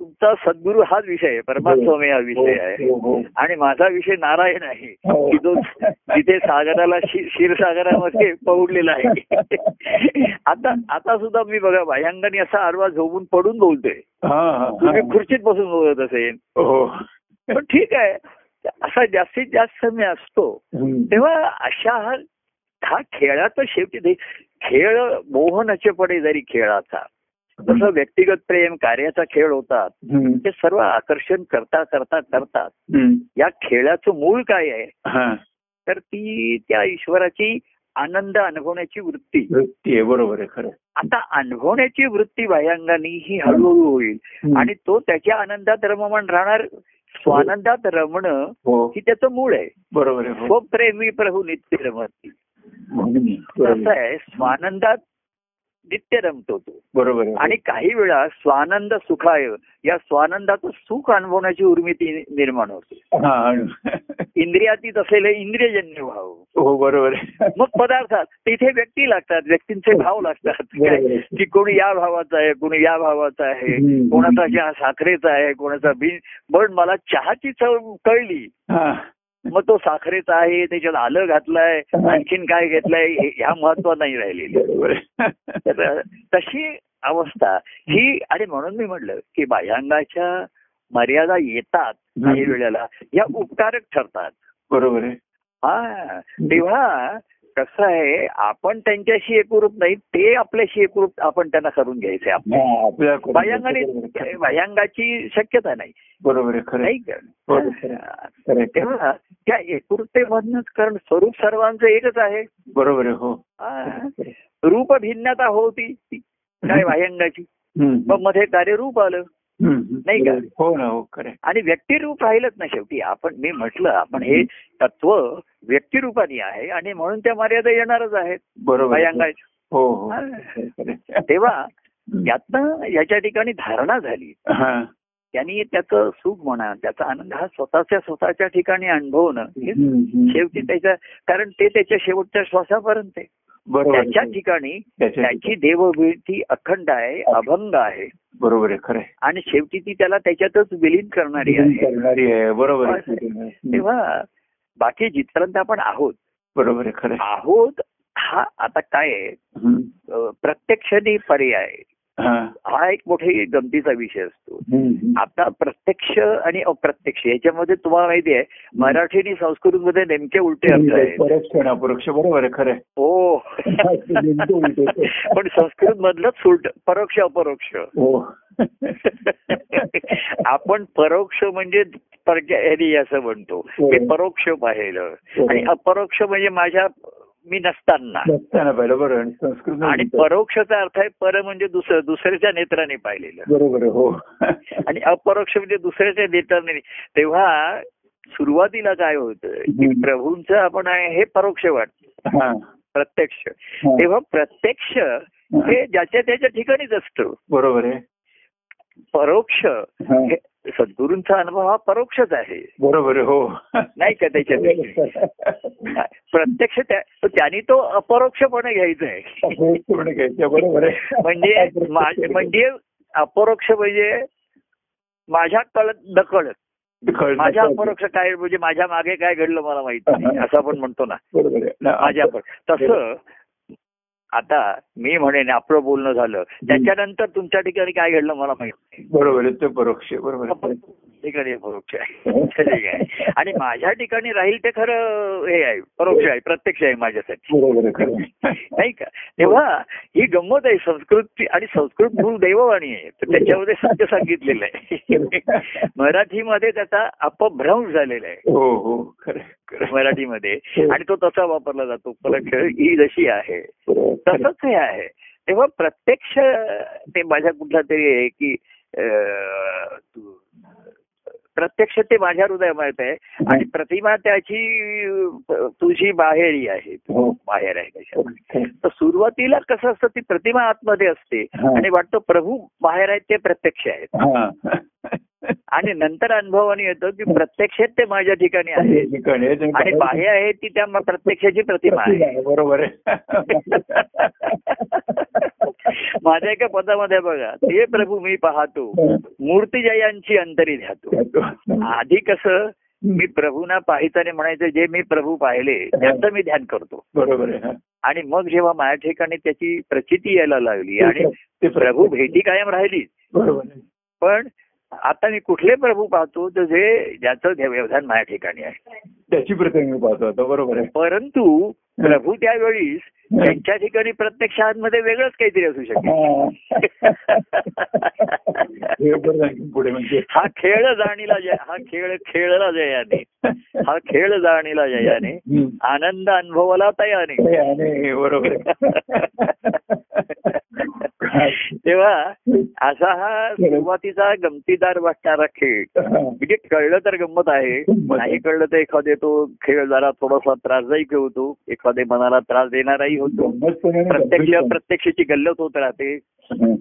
तुमचा सद्गुरू हाच विषय आहे परमास्वामी हा विषय आहे
हो, हो,
आणि माझा विषय नारायण आहे
हो.
की जो तिथे सागराला शि- क्षीरसागरामध्ये पहुडलेला आहे आता आता सुद्धा मी बघा भायंगाने असा आडवा झोपून पडून बोलतोय
हा, हा,
तुम्ही
हा.
खुर्चीत बसून बोलत असेल
हो.
पण ठीक आहे असा जास्तीत जास्त मी असतो
हम्म.
तेव्हा अशा हा हा खेळाचा शेवटी दे- खेळ मोहनाचे पडे जरी खेळाचा जसं व्यक्तिगत प्रेम कार्याचा खेळ होता
हम्म.
ते सर्व आकर्षण करता करता करतात
हम्म.
या खेळाचं मूळ काय आहे
हा.
तर ती त्या ईश्वराची आनंद अनुभवण्याची वृत्ती
वृत्ती आहे बरोबर आहे खरं आहे.
आता अनुभवण्याची वृत्ती बाह्यांगाने ही हळूहळू होईल आणि तो त्याच्या आनंदात रममाण राहणार स्वानंदात रमणं
हो
ही त्याचं मूळ आहे
बरोबर आहे हो
स्वप्रेमी प्रभू नित्य रमती
म्हणून
कसं
बरोबर आहे.
आहे स्वानंदात नित्य रमतो तो
बरोबर आहे.
आणि काही वेळा स्वानंद सुखाय या स्वानंदाचं सुख अनुभवण्याची उर्मी ती निर्माण होते
हा, आणि-
इंद्रियातीत असलेले इंद्रियजन्य भाव
हो बरोबर आहे
मग पदार्थात तिथे व्यक्ती लागतात व्यक्तींचे भाव लागतात काय
बरोबर आहे.
की कोणी या भावाचा आहे कोणी या भावाचा आहे
हम्म.
कोणाचा चहा साखरेचा आहे कोणाचा बिन पण मला चहाची चव कळली
हा.
मग तो साखरेचा आहे त्याच्यात आलं घातलंय आणखीन काय घेतलंय हे- ह्या महत्व नाही राहिलेली
बरोबर आहे.
तर तशी अवस्था ही आणि म्हणून मी म्हटलं की बाह्यांगाच्या मर्यादा येतात काही वेळेला या उपकारक ठरतात
बरोबर आहे
हा तेव्हा कसं आहे आपण त्यांच्याशी एकरूप नाही ते आपल्याशी एकरूप आपण त्यांना करून घ्यायचे आपण
हा, आपल्या
भयांगाने भयांगाची शक्यता नाही
बरोबर आहे खरं आहे.
नाही का?
हो, खरं आहे. खरं आहे.
तेव्हा त्या एकुरतेमधनच कारण स्वरूप सर्वांचं एकच आहे
बरोबर आहे हो
हा. रूप भिन्नता होती ती काय भायंगाची
हम्म.
मग मध्ये कार्यरूप आलं
हम्म.
नाही का?
हो ना हो खरं आहे.
आणि व्यक्तिरूप राहिलंच ना शेवटी आपण मी म्हटलं आपण हे तत्व व्यक्तिरूपाने आहे आणि म्हणून त्या मर्यादा येणारच आहेत
बरोबर आहे.
भायंगाच्या
हो हो
हा.
खरं आहे.
तेव्हा यातनं याच्या ठिकाणी धारणा झाली
हा.
त्यांनी त्याचं सुख म्हणा त्याचा आनंद हा स्वतःच्या स्वतःच्या ठिकाणी अनुभवणं हे
हम्म.
शेवटी त्याच्या कारण ते त्याच्या शेवटच्या श्वासापर्यंत आहे
बरोबर आहे.
त्याच्या ठिकाणी
त्याच्या
त्याची देवभूती अखंड आहे अभंग आहे
बरोबर आहे खरं आहे.
आणि शेवटी ती त्याला त्याच्यातच विलीन करणारी आहे
करणारी आहे बरोबर आहे हम्म.
तेव्हा बाकी जिथपर्यंत आपण आहोत
बरोबर आहे खरं आहे.
आहोत हा आता काय आहे
हम्म.
अ, प्रत्यक्षाने पर्याय
हा.
हा एक मोठे गमतीचा विषय असतो
हम्म.
आता प्रत्यक्ष आणि अप्रत्यक्ष याच्यामध्ये तुम्हाला माहिती आहे मराठी आणि संस्कृतमध्ये नेमके उलटे अर्थ आहेत
परोक्ष ना परोक्ष बरोबर आहे खरं आहे.
हो
नेमके उलटे.
पण संस्कृत मधलंच उलट परोक्ष अपरोक्ष
हो
आपण परोक्ष म्हणजे परक्या- ह्यानी असं म्हणतो मी परोक्ष पाहिलं
हो.
आणि अपरोक्ष म्हणजे माझ्या मी नसताना
नसताना पाहिलं बरोबर आणि संस्कृत
आणि परोक्षचा अर्थ आहे पर म्हणजे दुसरं दुसऱ्याच्या नेत्राने पाहिलेलं
बरोबर आहे, हो
आणि अपरोक्ष म्हणजे दुसऱ्याच्या नेत्राने नाही. तेव्हा सुरुवातीला काय होतं की
हम्म.
प्रभूंचं आपण आहे हे परोक्ष वाटतं
हा.
प्रत्यक्ष
हा.
तेव्हा प्रत्यक्ष हे ज्याच्या त्याच्या ठिकाणीच असतं
बरोबर आहे
परोक्ष
हा.
हे सद्गुरूंचा अनुभव हा परोक्षच आहे
बरोबर आहे, हो
नाही का त्याच्यात प्रत्यक्ष त्या- तो त्याने तो अपरोक्षपणे घ्यायचा आहे
पूर्ण घ्यायचं बरोबर आहे
म्हणजे मा- म्हणजे अपरोक्ष म्हणजे माझ्या कळत नकळत
कळलं.
माझ्या अपरोक्ष काय म्हणजे माझ्या मागे काय घडलं मला माहित नाही असं आपण म्हणतो ना
बरोबर आहे ना,
माझ्या आपण तसं आता मी म्हणेन आपलं बोलणं झालं त्याच्यानंतर तुमच्या ठिकाणी काय घडलं मला माहित नाही
बरोबर आहे ते परोक्ष आहे, बरोबर आहे.
ठिकाणी परोक्ष आहे ठीक आहे. आणि माझ्या ठिकाणी राहील ते खरं हे आहे परोक्ष आहे प्रत्यक्ष आहे माझ्यासाठी
बरोबर आहे खरं आहे.
नाही का तेव्हा ही गंमत आहे संस्कृत आणि संस्कृत मूळ दैववाणी आहे तर त्याच्यामध्ये सत्य सांगितलेलं आहे मराठीमध्ये त्याचा अपभ्रंश झालेला आहे
हो हो खरं आहे, खरं आहे.
मराठीमध्ये आणि तो तसा वापरला जातो परक्ष ही जशी आहे
बरोबर आहे, खरं आहे.
तसंच हे आहे तेव्हा प्रत्यक्ष ते माझ्या कुठला तरी आहे की अं, तू- प्रत्यक्ष ते माझ्या हृदयामध्ये आहे आणि प्रतिमा त्याची अं, तुझी बाहेरी आहे तू
हो.
बाहेर आहे कशा
खरं आहे.
तर सुरुवातीला कसं असतं ती प्रतिमा आतमध्ये असते
हा.
आणि वाटतं प्रभू बाहेर आहेत ते प्रत्यक्ष आहेत
हा.
आणि नंतर अनुभवाने येतो की प्रत्यक्ष ते माझ्या ठिकाणी आहे
ठिकाणी आहे, ते
आणि
बाहेर-
बाह्य आहे ती त्या म- प्रत्यक्षाची प्रतिमा
ठीक
आहे
आहे, बरोबर आहे
माझ्या एका पदामध्ये बघा ते प्रभू मी पाहतो मूर्ती जयांची अंतरी ध्यातो आधी कसं मी प्रभूना पाहिताने म्हणायचं जे मी प्रभू पाहिले त्यांचं मी ध्यान करतो
बरोबर आहे हा.
आणि मग जेव्हा माझ्या ठिकाणी त्याची प्रचिती यायला लागली आणि
ते
प्रभू भेटी कायम राहिली
बरोबर आहे
पण आता मी कुठले प्रभू पाहतो तर जे ज्याचं ध्येय- व्यवधान माझ्या ठिकाणी आहे
त्याची प्रतिमा पाहतो आता बरोबर आहे
परंतु प्रभू त्यावेळी त्यांच्या ठिकाणी प्रत्यक्ष आतमध्ये वेगळंच काहीतरी असू शकेल
हे बरं सांगितलं पुढे म्हणजे
हा खेळ जाणीला जय हा खेळ खेळला जयाने हा खेळ जाणीला जयाने
हम्म.
आनंद अनुभवाला तयाने
हे आणि हे बरोबर आहे
तेव्हा असा हा सुरुवातीचा गमतीदार वाटणारा खेळ म्हणजे कळलं तर गंमत आहे
गंमत आहे.
नाही कळलं तर एखादे तो खेळ जरा थोडासा त्रासदायक होतो एखादे मनाला त्रास देणाराही होतो
गंमतपणे आणि
प्रत्यक्ष
गंभीरपणे.
प्रत्यक्षाची गल्लत होत राहते
हं.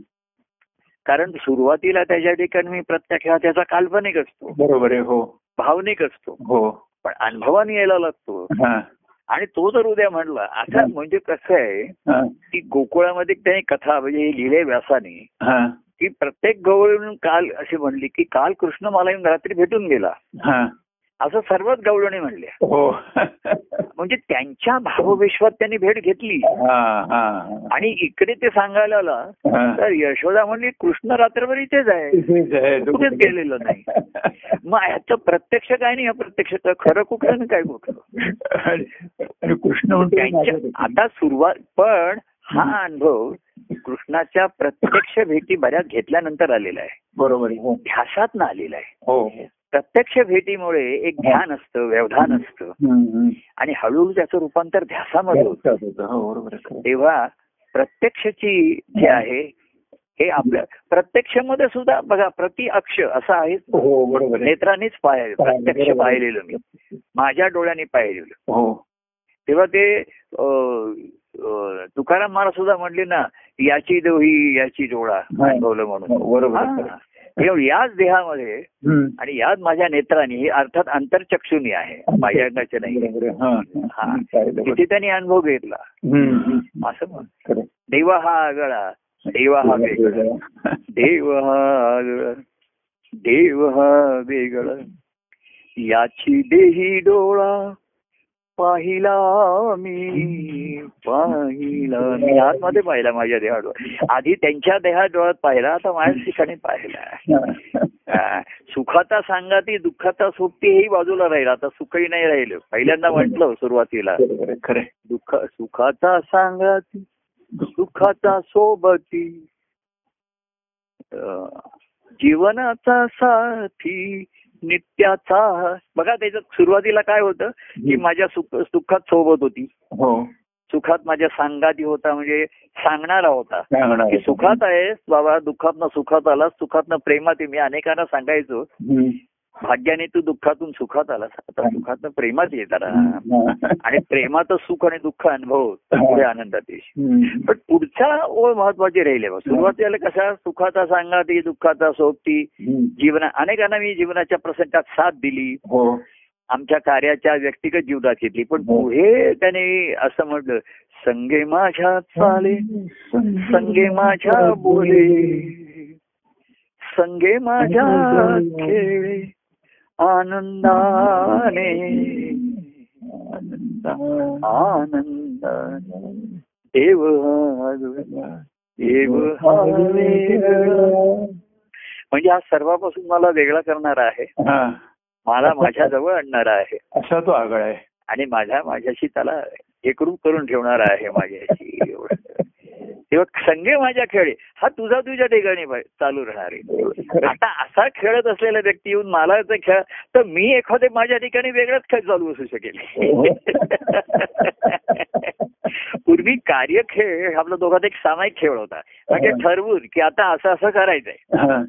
कारण सुरुवातीला त्याच्या ठिकाणी मी प्रत्यक्ष हा त्याचा काल्पनिक असतो
बरोबर आहे हो
भावनिक असतो
हो
पण अनुभवाने यायला लागतो
हा
आणि तो जर उद्या म्हणला आता म्हणजे कसं आहे
हा
की गोकुळामध्ये त्याने कथा म्हणजे लिहिले व्यासाने
हा
की प्रत्येक गवळून काल अशी म्हणली की काल कृष्ण मला येऊन रात्री भेटून गेला
हा
असं सर्वच गवळणी म्हणल्या
हो
म्हणजे त्यांच्या भावविश्वात त्यांनी भेट घेतली
हा हा
आणि इकडे ते सांगायला आला
हा
तर यशोदा म्हणली कृष्ण रात्रभर इथेच आहे
इथेच आहे तो
कुठेच
कुठे-
गेलेलं नाही मग ह्याचं प्रत्यक्ष काय नाही अप्रत्यक्ष तर खरं कुठलं आणि काय कुठलं
आणि- आणि कृष्ण म्हणतो
त्यांच्या आता सुरुवात पण हा अनुभव कृष्णाच्या प्रत्यक्ष भेटी बऱ्याच घेतल्यानंतर आलेला आहे
बरोबर आहे हो.
ध्यासात आलेला आहे
हो
प्रत्यक्ष भेटीमुळे एक ध्यान असतं व्यवधान असतं
हं, हं.
आणि हळूहळू त्याचं रूपांतर ध्यासामध्ये होतं
बरोबर होतं. हो बरोबर आहे खरं.
तेव्हा प्रत्यक्षची जे आहे हे आपल्या प्रत्यक्षमध्ये सुद्धा बघा प्रति अक्ष असं आहे
हो बरोबर आहे
नेत्रांनीच पाहिले प्रत्यक्ष पाहिलेलं मी माझ्या डोळ्यांनी पाहिलेलं
हो
तेव्हा ते अं, अं, तुकाराम महाराज सुद्धा म्हणले ना याची दोही याची डोळा अनुभवलं म्हणून
हो, बरोबर आहे खरं.
हा. तेव्हा याच देहामध्ये
हं.
आणि याच माझ्या नेत्रांनी हे अर्थात आंतरचक्षुनी आहे माझ्या अंगाचे नाही
बरोबर आहे. हा.
हा.
चालेल, बरोबर.
तिथे त्यांनी अनुभव घेतला
हं, हं.
असं म्हण.
खरं.
देवा हा आगळा देवा हा वेगळा देव हा आगळा देव हा वेगळा याची देही डोळा पाहिला मी पाहिला मी आतमध्ये पाहिला माझ्या देहाडोळा आधी त्यांच्या देहा डोळ्यात पाहिला आता माझ्या ठिकाणी पाहिला हा. सुखाता सांगाती दुःखाता सोबती हेही बाजूला राहील आता सुखही नाही राहिलं पहिल्यांदा म्हटलं सुरुवातीला
बरोबर आहे खरं आहे.
दुःख सुखाचा सांगाती सुखाचा सोबती अं, जीवनाचा साथी नित्याचा बघा त्याच्यात सुरुवातीला काय होतं की माझ्या सुख सुखात सोबत होती
हो
सुखात माझ्या सांगाती होता म्हणजे सांगणारा होता
काय होणार
की सुखात आहे बाबा दुःखातनं सुखात आलास सुखातनं प्रेमात ये. मी अनेकांना सांगायचो
हं.
भाग्याने तू दुःखातून सुखात आलास आता सुखातनं प्रेमात येताना आणि
आणि
प्रेमाचं सुख आणि दुःख अनुभव पुढे आनंदात येशील पण पुढचा ओळ महत्वाची राहिली बघ सुरुवातीला कशा सुखाचा सांगाती दुःखाचा सोबती जीवना अनेकांना मी जीवनाच्या प्रसंगात साथ दिली
हो
आमच्या कार्याच्या व्यक्तिगत जीवनात घेतली पण पुढे त्याने असं म्हटलं संगे माझ्या चाले संगे माझ्या बोले संगे माझ्या खेळे आनंदाने आनंदाने देव हा देव हा वेगळा. म्हणजे हा सर्वापासून मला वेगळा करणारा आहे
हा
मला माझ्या जवळ आणणारा आहे
असा तो आगळ आहे
आणि माझ्या माझ्याशी त्याला एकरूप करून ठेवणारा आहे माझ्याशी एवढं. तेव्हा संगे माझ्या खेळे हा तुझा तुझ्या ठिकाणी बा- चालू राहणार आहे
खरं आहे.
आता असा खेळत असलेला व्यक्ती येऊन मला जर खेळ तर मी एखादे माझ्या ठिकाणी वेगळाच खेळ चालू असू शकेल
हो.
पूर्वी कार्य खेळ आपला दोघात एक सामायिक खेळ होता म्हणजे
हो.
ठरवून की आता असं असं करायचंय
हा.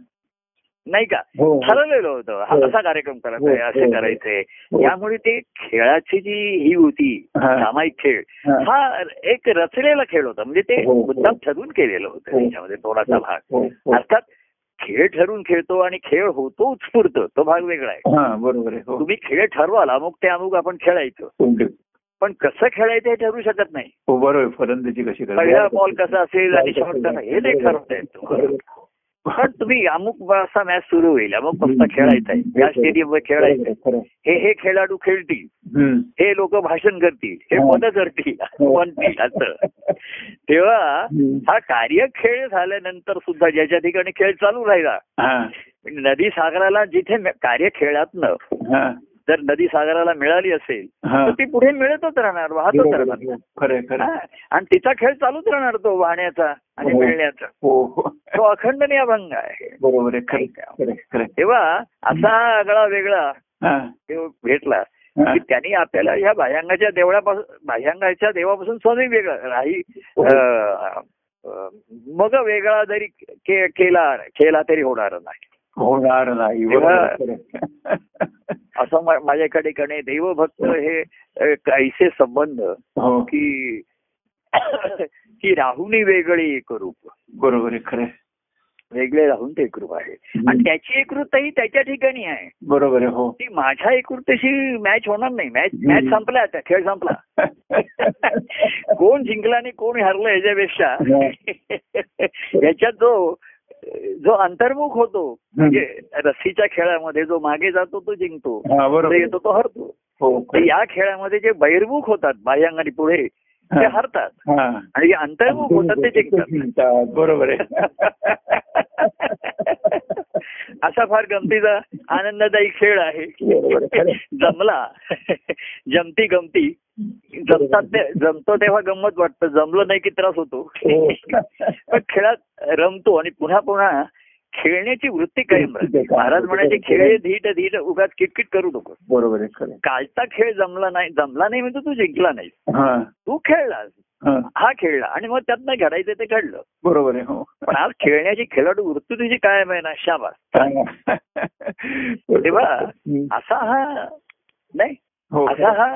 नाही का
हो हो.
ठरवलेलं होतं हा असा कार्यक्रम करायचा आहे असं करायचंय
हो.
त्यामुळे ते खेळाची जी ही होती
हा.
सामायिक खेळ
हा.
हा एक रचलेला खेळ होता म्हणजे ते
हो, हो.
मुद्दाम ठरवून केलेलं होतं
हो.
त्याच्यामध्ये थोडासा भाग
हो, हो.
अर्थात खेळ ठरवून खेळतो आणि खेळ होतो उत्स्फूर्त तो भाग वेगळा आहे
हा बरोबर आहे हो
तुम्ही खेळ ठरवाल अमुक ते अमुक आपण खेळायचं
तुमचे-
पण कसं खेळायचं हे ठरवू शकत नाही
हो बरोबर आहे. फलंदाजी कशी
पहिला बॉल कसा असेल आणि शेवट कसा हे नाही ठरवता येत तुम्हाला. पण तुम्ही अमुक वाजता मॅच सुरू होईल अमुक वाजता खेळायचा आहे या स्टेडियम वर खेळायचं हे हे खेळाडू खेळतील हे लोक भाषण करतील हे
हो.
पद करतील म्हणतील असं तेव्हा हा कार्य खेळ झाल्यानंतर सुद्धा ज्याच्या ठिकाणी खेळ चालू राहिला म्हणजे नदी सागराला जिथे मे- कार्य खेळातनं जर नदी सागराला मिळाली असेल तर ती पुढे मिळतच राहणार वाहतच राहणार
खरे खरे
हा. आणि तिचा खेळ चालूच राहणार तो वाहण्याचा आणि
हो.
मिळण्याचा
हो हो.
तो अखंडनीय भंग आहे
बरोबर आहे खरे
नाही का?
खरे खरे
तेव्हा असा आगळा वेगळा
हा,
देव भेटला
हा.
की त्यांनी आपल्याला ह्या बाह्यांगाच्या देवळापासून बाह्यांगाच्या देवापासून स्वतः वेगळं राही
हो.
अं, अं, मग वेगळा जरी के- केला केला तरी होणार नाही
होणार नाही बरोबर आहे.
असं मा- माझ्याकडे कणे देवभक्त हे अं, कैसे संबंध
हो
की की राहुनी वेगळी एक रूप
बरोबर आहे खरं आहे.
वेगळे राहून ते एकरूप आहे आणि त्याची एकरूपताही त्याच्या ठिकाणी आहे
बरोबर आहे हो
ती माझ्या एकरूपतेशी मॅच होणार नाही मॅच मॅच संपला आता खेळ संपला कोण जिंकला आणि कोण हरलं याच्यापेक्षा याच्यात जो जो अंतर्मुख होतो म्हणजे रस्सीच्या खेळामध्ये जो मागे जातो तो जिंकतो
हा, बरोबर
पुढे
आहे.
येतो तो हरतो
हो
तर या खेळामध्ये जे बहिर्मुख होतात बाह्यांग आणि पुढे ते
हा.
हरतात
हा.
आणि जे
हो,
अंतर्मुख होतात ते जिंकतात
जिंकतात. बरोबर आहे
असा फार गमतीचा आनंददायी खेळ आहे
बरोबर आहे, खरं आहे.
जमला जमती गमती जमतात ते- जमतो तेव्हा गंमत वाटतं जमलं नाही की त्रास होतो
हो.
पण खेळात रमतो आणि पुन्हा पुन्हा खेळण्याची वृत्ती कायम राहते महाराज म्हणायचे खेळ धीट धीट उगाच किटकिट करू नको
बरोबर आहे खरं आहे.
कालचा खेळ जमला नाही जमला नाही म्हणजे तू जिंकला नाही
हा
तू खेळलास
हा
हा खेळला आणि मग त्यातनं घडायचं ते घडलं
बरोबर आहे हो
पण आज खेळण्याची खेळाडू वृत्ती तुझी कायम आहे ना शाबास तेव्हा
हम्म.
असा हा नाही
हो
असा हा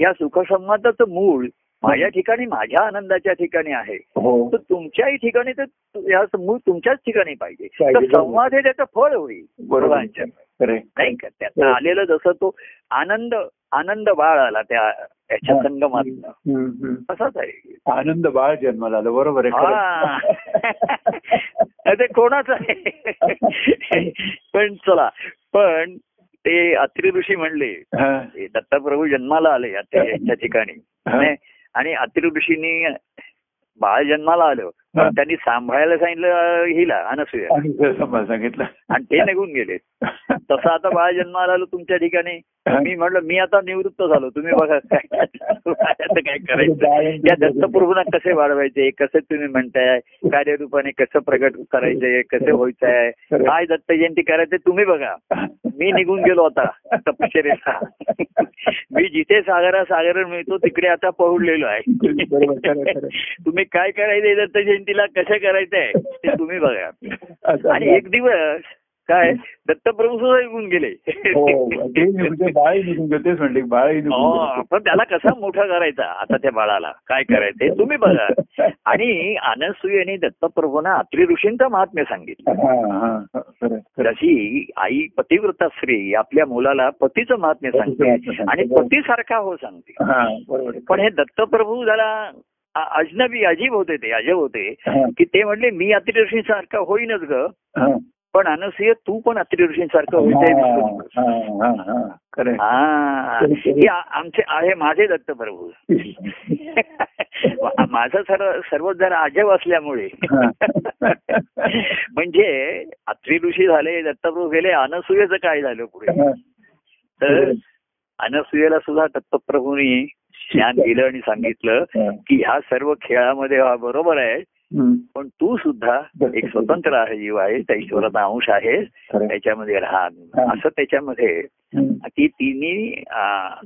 या सुखसंवादाचं मूळ माझ्या ठिकाणी माझ्या आनंदाच्या ठिकाणी आहे
हो
तर तुमच्याही ठिकाणी तर तु- या मूळ तुमच्याच ठिकाणी पाहिजे तर
पाहिजे.
संवाद हे त्याचं फळ होईल
बरोबर आहे.
दोघांच्या.
खरं आहे.
नाही का
हो.
त्यातनं आलेलं जसं तो आनंद आनंद बाळ आला त्या
हो.
याच्या संगमात
हम्म, हम्म.
तसाच आहे
आनंद बाळ जन्माला आलं बरोबर आहे खरं
हा. ते कोणाच आहे पण चला पण ते अत्रि ऋषी म्हणले
आहे.
हे दत्तप्रभू जन्माला आले आता यांच्या ठिकाणी
हा.
नाही? आणि अत्रि ऋषींनी बाळ जन्माला आलं
हा.
पण त्यांनी सांभाळायला सांगितलं हिला
हा.
अनसूया
आणि जर समजा सांगितलं
आणि ते निघून गेले तसं आता बाळ जन्माला आलं तुमच्या ठिकाणी मी म्हटलं मी आता निवृत्त झालो तुम्ही बघा काय आता काय
म्हणजे
करायचं या दत्तप्रभूंना कसे वाढवायचे कसे तुम्ही म्हणताय कार्यरूपाने कसं प्रगट करायचंय कसे व्हायचं आहे काय दत्त जयंती करायचे तुम्ही बघा मी निघून गेलो आता तपश्चर्याला मी जिथे सागरा सागर मिळतो तिकडे आता पहुडलेलो
बरोबर, खरं,
आहे
खरं.
तुम्ही काय करायचंय दत्त जयंतीला कसं करायचंय ते तुम्ही बघा
असं
आणि एक दिवस काय दत्तप्रभू सुद्धा निघून
हो
गेले
ते म्हणजे बाळ निघून गेलं तेच म्हणले बाळ निघून
हो, पण त्याला कसा मोठा करायचा आता त्या बाळाला काय करायचंय तुम्ही बघा आणि आनंदसूय आणि दत्तप्रभूंना अत्रि ऋषींचं महात्म्य सांगितलं
गेलं. हा, हा, हा. खरं आहे, खरं आहे.
जशी आई पतिव्रता स्त्री आपल्या मुलाला पतीचं महात्म्य सांगते आणि पतीसारखा हो सांगते
हा, बरोबर आहे.
पण हे दत्तप्रभू जरा अ- अजनबी अजीब होते ते अजब होते
हा,
की ते म्हणले मी अतिऋषींसारखा होईनच ग
हा.
पण अनसूय तू पण अतिऋषींसारखं होईल
हा, हा, हा. खरं आहे.
हा हे आ- आमचे आहे माझे दत्तप्रभू मा- माझं सर्व सर्व जरा अजब असल्यामुळे
हा.
म्हणजे अत्रि ऋषी झाले दत्तप्रभू गेले अनसुयेचं काय झालं पुढे
हा.
तर अनसुयेला सुद्धा दत्तप्रभूंनी ज्ञान दिलं आणि सांगितलं
हा.
की ह्या सर्व खेळामध्ये हा बरोबर आहे
हम्म.
पण तू सुद्धा एक स्वतंत्र आहे जीव आहे त्या ईश्वराचा अंश आहे
खरं आहे.
त्याच्यामध्ये राहा असं त्याच्यामध्ये
हम्म.
की तिने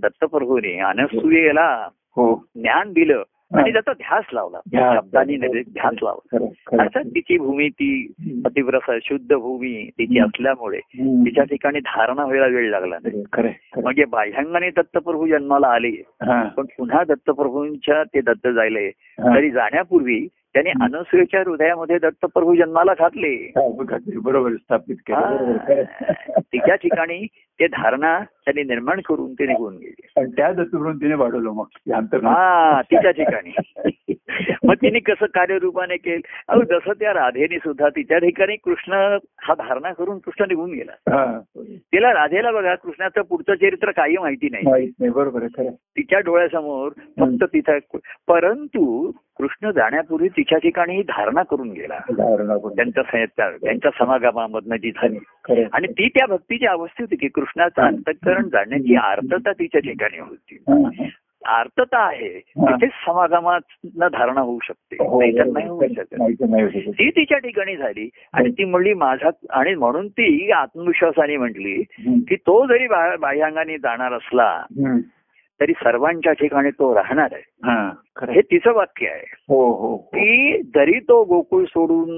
दत्तप्रभूने अनसुयेला
हो
ज्ञान दिलं आणि त्याचा ध्यास लावला
ध्यास.
शब्दानी नव्हे ध्यास लावला
खरं आहे, खरं आहे.
अर्थात तिची भूमी ती
हम्म.
पतिव्रता शुद्ध भूमी तिची
हम्म.
असल्यामुळे
हम्म.
तिच्या ठिकाणी धारणा व्हायला वेळ लागला नाही
खरं आहे, खरं आहे, खरं आहे.
म्हणजे बाह्यांगाने दत्तप्रभू जन्माला आले
हा,
पण पुन्हा दत्तप्रभूंच्या ते दत्त जायले
हा.
तरी जाण्यापूर्वी त्यांनी
हम्म.
अनसुयेच्या हृदयामध्ये दत्तप्रभू जन्माला घातले
हा, बघा, बरोबर आहे, स्थापित केलं बरोबर आहे, खरं
हा.
आहे.
तिच्या ठिकाणी ते धारणा त्यांनी निर्माण करून ते निघून गेले
आणि त्या दत्तवरून तिने वाढवलं मग हे अंतर्मन.
हा तिच्या ठिकाणी मग तिने कसं कार्यरूपाने केलं अहो जसं त्या राधेने सुद्धा तिच्या ठिकाणी कृष्ण हा धारणा करून कृष्ण निघून गेला
हा.
तिला राधेला बघा कृष्णाचं पुढचं चरित्र काही माहिती नाही
माहित नाही बरोबर आहे खरं आहे.
तिच्या डोळ्यासमोर फक्त तिथं परंतु कृष्ण जाण्यापूर्वी तिच्या ठिकाणी ही धारणा करून गेला
उदाहरण आपण
त्यांच्या संयत्ता त्यांच्या समागमामधनं जिथं
खरं आहे.
आणि ती त्या भक्तीची अवस्था होती की कृष्णाचं अंतःकरण जाणण्याची आर्तता तिच्या ठिकाणी होती
हा,
आर्तता आहे तिथेच समागमात धारणा होऊ शकते
हा. हो,
नाहीतर नाही होऊ
बरोबर आहे.
शकत
नाहीतर नाही होऊ शकत.
ती तिच्या ठिकाणी झाली आणि ती म्हणली माझा आणि म्हणून ती आत्मविश्वासाने म्हटली
हम्म.
की तो जरी बा- बाह्यांगाने जाणार असला
हम्म.
तरी सर्वांच्या ठिकाणी तो राहणार आहे
हा खरं
हे
आहे.
तिचं वाक्य आहे
हो हो हो.
की जरी तो गोकुळ सोडून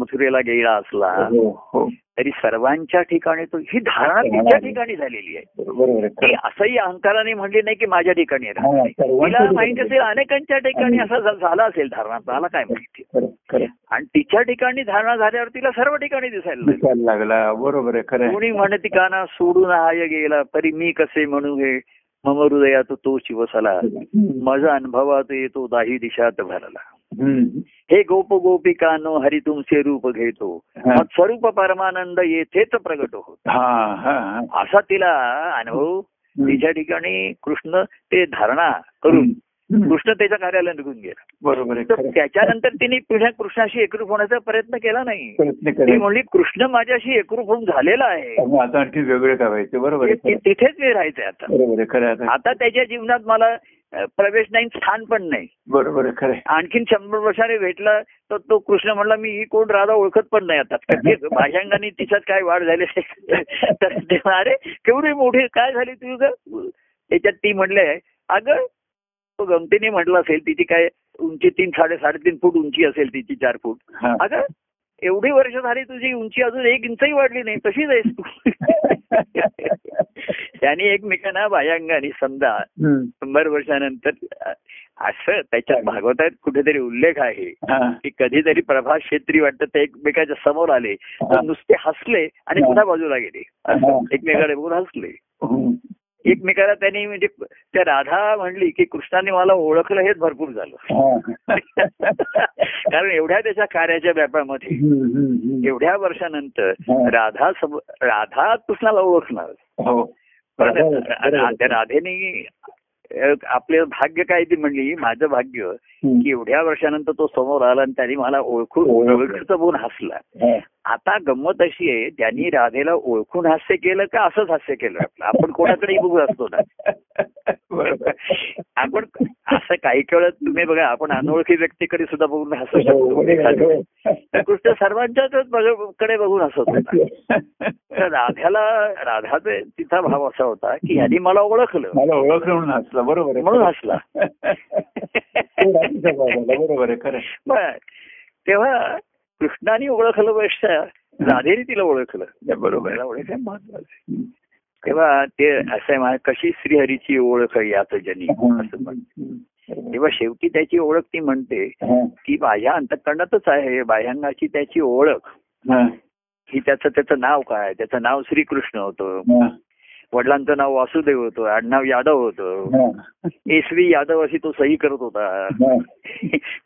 मथुरेला गेला असला
हो हो
तरी सर्वांच्या ठिकाणी तो ही धारणा तिच्या ठिकाणी झालेली आहे
बरोबर आहे
ती
खरं.
असंही अहंकाराने म्हणली नाही की माझ्या ठिकाणी आहे
हा,
धारणा.
सर्वांच्या
तिला माहिती
ठिकाणी.
असेल अनेकांच्या ठिकाणी असं झा- झालं असेल धारणा मला काय माहिती
खरं, खरं.
आणि तिच्या ठिकाणी धारणा झाल्यावर तिला सर्व ठिकाणी दिसायला लागलं.
दिसायला लागला बरोबर आहे खरं आहे.
कोणी म्हणते का ना सोडून हाय गेला तरी मी कसे म्हणू हे मम हृदयात तो शिवसला
हम्म.
माझा अनुभवात येतो दाही दिशात भरला
हम्म.
हे गोप गोपिकानो हरी तुमचे रूप घेतो
हा.
मग स्वरूप परमानंद येथेच प्रगट होत
हा हा हा
असा तिला अनुभव
हम्म.
तिच्या ठिकाणी कृष्ण ते धारणा करून
हम्म.
कृष्ण त्याच्या कार्याला निघून गेला
बरोबर आहे
तर
खरं.
त्याच्यानंतर तिने पुन्हा कृष्णाशी एकरूप होण्याचा प्रयत्न केला नाही
प्रयत्न
ती
करेल
म्हणली कृष्ण माझ्याशी एकरूप होऊन झालेला आहे
त्यामुळे आता आणखी वेगळे करायचे बरोबर आहे
ते-
खरं.
तिथेच मी राहायचंय आता
बरोबर आहे खरं आहे आता.
आता त्याच्या जीवनात मला अ, प्रवेश नाही स्थान पण नाही
बरोबर आहे खरं आहे.
आणखीन शंभर वर्षाने भेटला तर तो कृष्ण म्हणला मी ही कोण राधा ओळखत पण नाही आता ते भाषांगाने तिच्यात काय वाढ झाली तर ते म्हणाले, अरे केवढी मोठी काय झाली तुझं त्याच्यात ती म्हणले अगं तो गमतीने म्हटलं असेल तिची काय उंची तीन साडे साडेतीन फूट उंची असेल तिची चार फूट
हा.
अगं एवढी वर्ष झाली तुझी उंची अजून एक इंचही वाढली नाही तशीच आहेस तू त्याने एकमेकांना भायंगाने समजा
हम्म.
शंभर वर्षानंतर अ, असं त्याच्यात भागवतात कुठेतरी उल्लेख आहे
हा.
की कधीतरी प्रभास क्षेत्री वाटतं ते एकमेकाच्या समोर आले तर
हा.
नुसते हसले आणि
हा.
पुन्हा बाजूला गेले
हा.
असं एकमेकाकडे बघून हसले
हम्म.
एकमेकाला त्यांनी म्हणजे त्या राधा म्हणली की कृष्णाने मला ओळखलं हेच भरपूर झालं
हा.
कारण एवढ्या त्याच्या कार्याच्या व्यापामध्ये
हम्म, हम्म, हम्म.
एवढ्या वर्षानंतर
हा.
राधा सम राधा कृष्णाला ओळखणार
हो
पण
बरोबर,
रा-
बरोबर.
राधेने अ, आपलं भाग्य काय ती म्हणली माझं भाग्य
हम्म.
की एवढ्या वर्षानंतर तो समोर आला आणि त्याने मला ओळखून
ओळखलं.
ओळखीचं बोन हसला
हा.
आता गंमत अशी आहे ज्यांनी राधेला ओळखून हास्य केलं का असंच हास्य केलं आपलं आपण कोणाकडेही बघू असतो ना
बरोबर.
आपण असं काही वेळा तुम्ही बघा आपण अनोळखी व्यक्तीकडे सुद्धा बघून हसू
हो,
शकतो
बरोबर.
तर कृष्ण सर्वांच्याच बघ- कडे बघून हसत होता तर राधाला राधाचा तिचा भाव असा होता की यांनी मला ओळखलं
मला ओळखलं म्हणून हसला बरोबर आहे
म्हणून हसला
तो रात्रीचा भाग झाला, बरोबर आहे खरं आहे.
बर तेव्हा कृष्णाने ओळखलं पेक्षा राधेने तिला ओळखलं
बरोबर
मला
आहे.
ओळखायला महत्वाचं आहे. तेव्हा ते असं आहे म्हणा, कशी श्रीहरीची ओळख आहे याच जनी असं म्हणतात.
हम्म.
तेव्हा शेवटी त्याची ओळख ती म्हणते
हा.
की माझ्या अंतकरणातच आहे बाह्यांगाची त्याची ओळख
हा.
की त्याचं त्याचं नाव काय त्याचं नाव श्रीकृष्ण होतं
हा.
वडिलांचं नाव वासुदेव होतं आडनाव यादव होतं
हा.
एस व्ही यादव अशी तो सही करत होता
हा.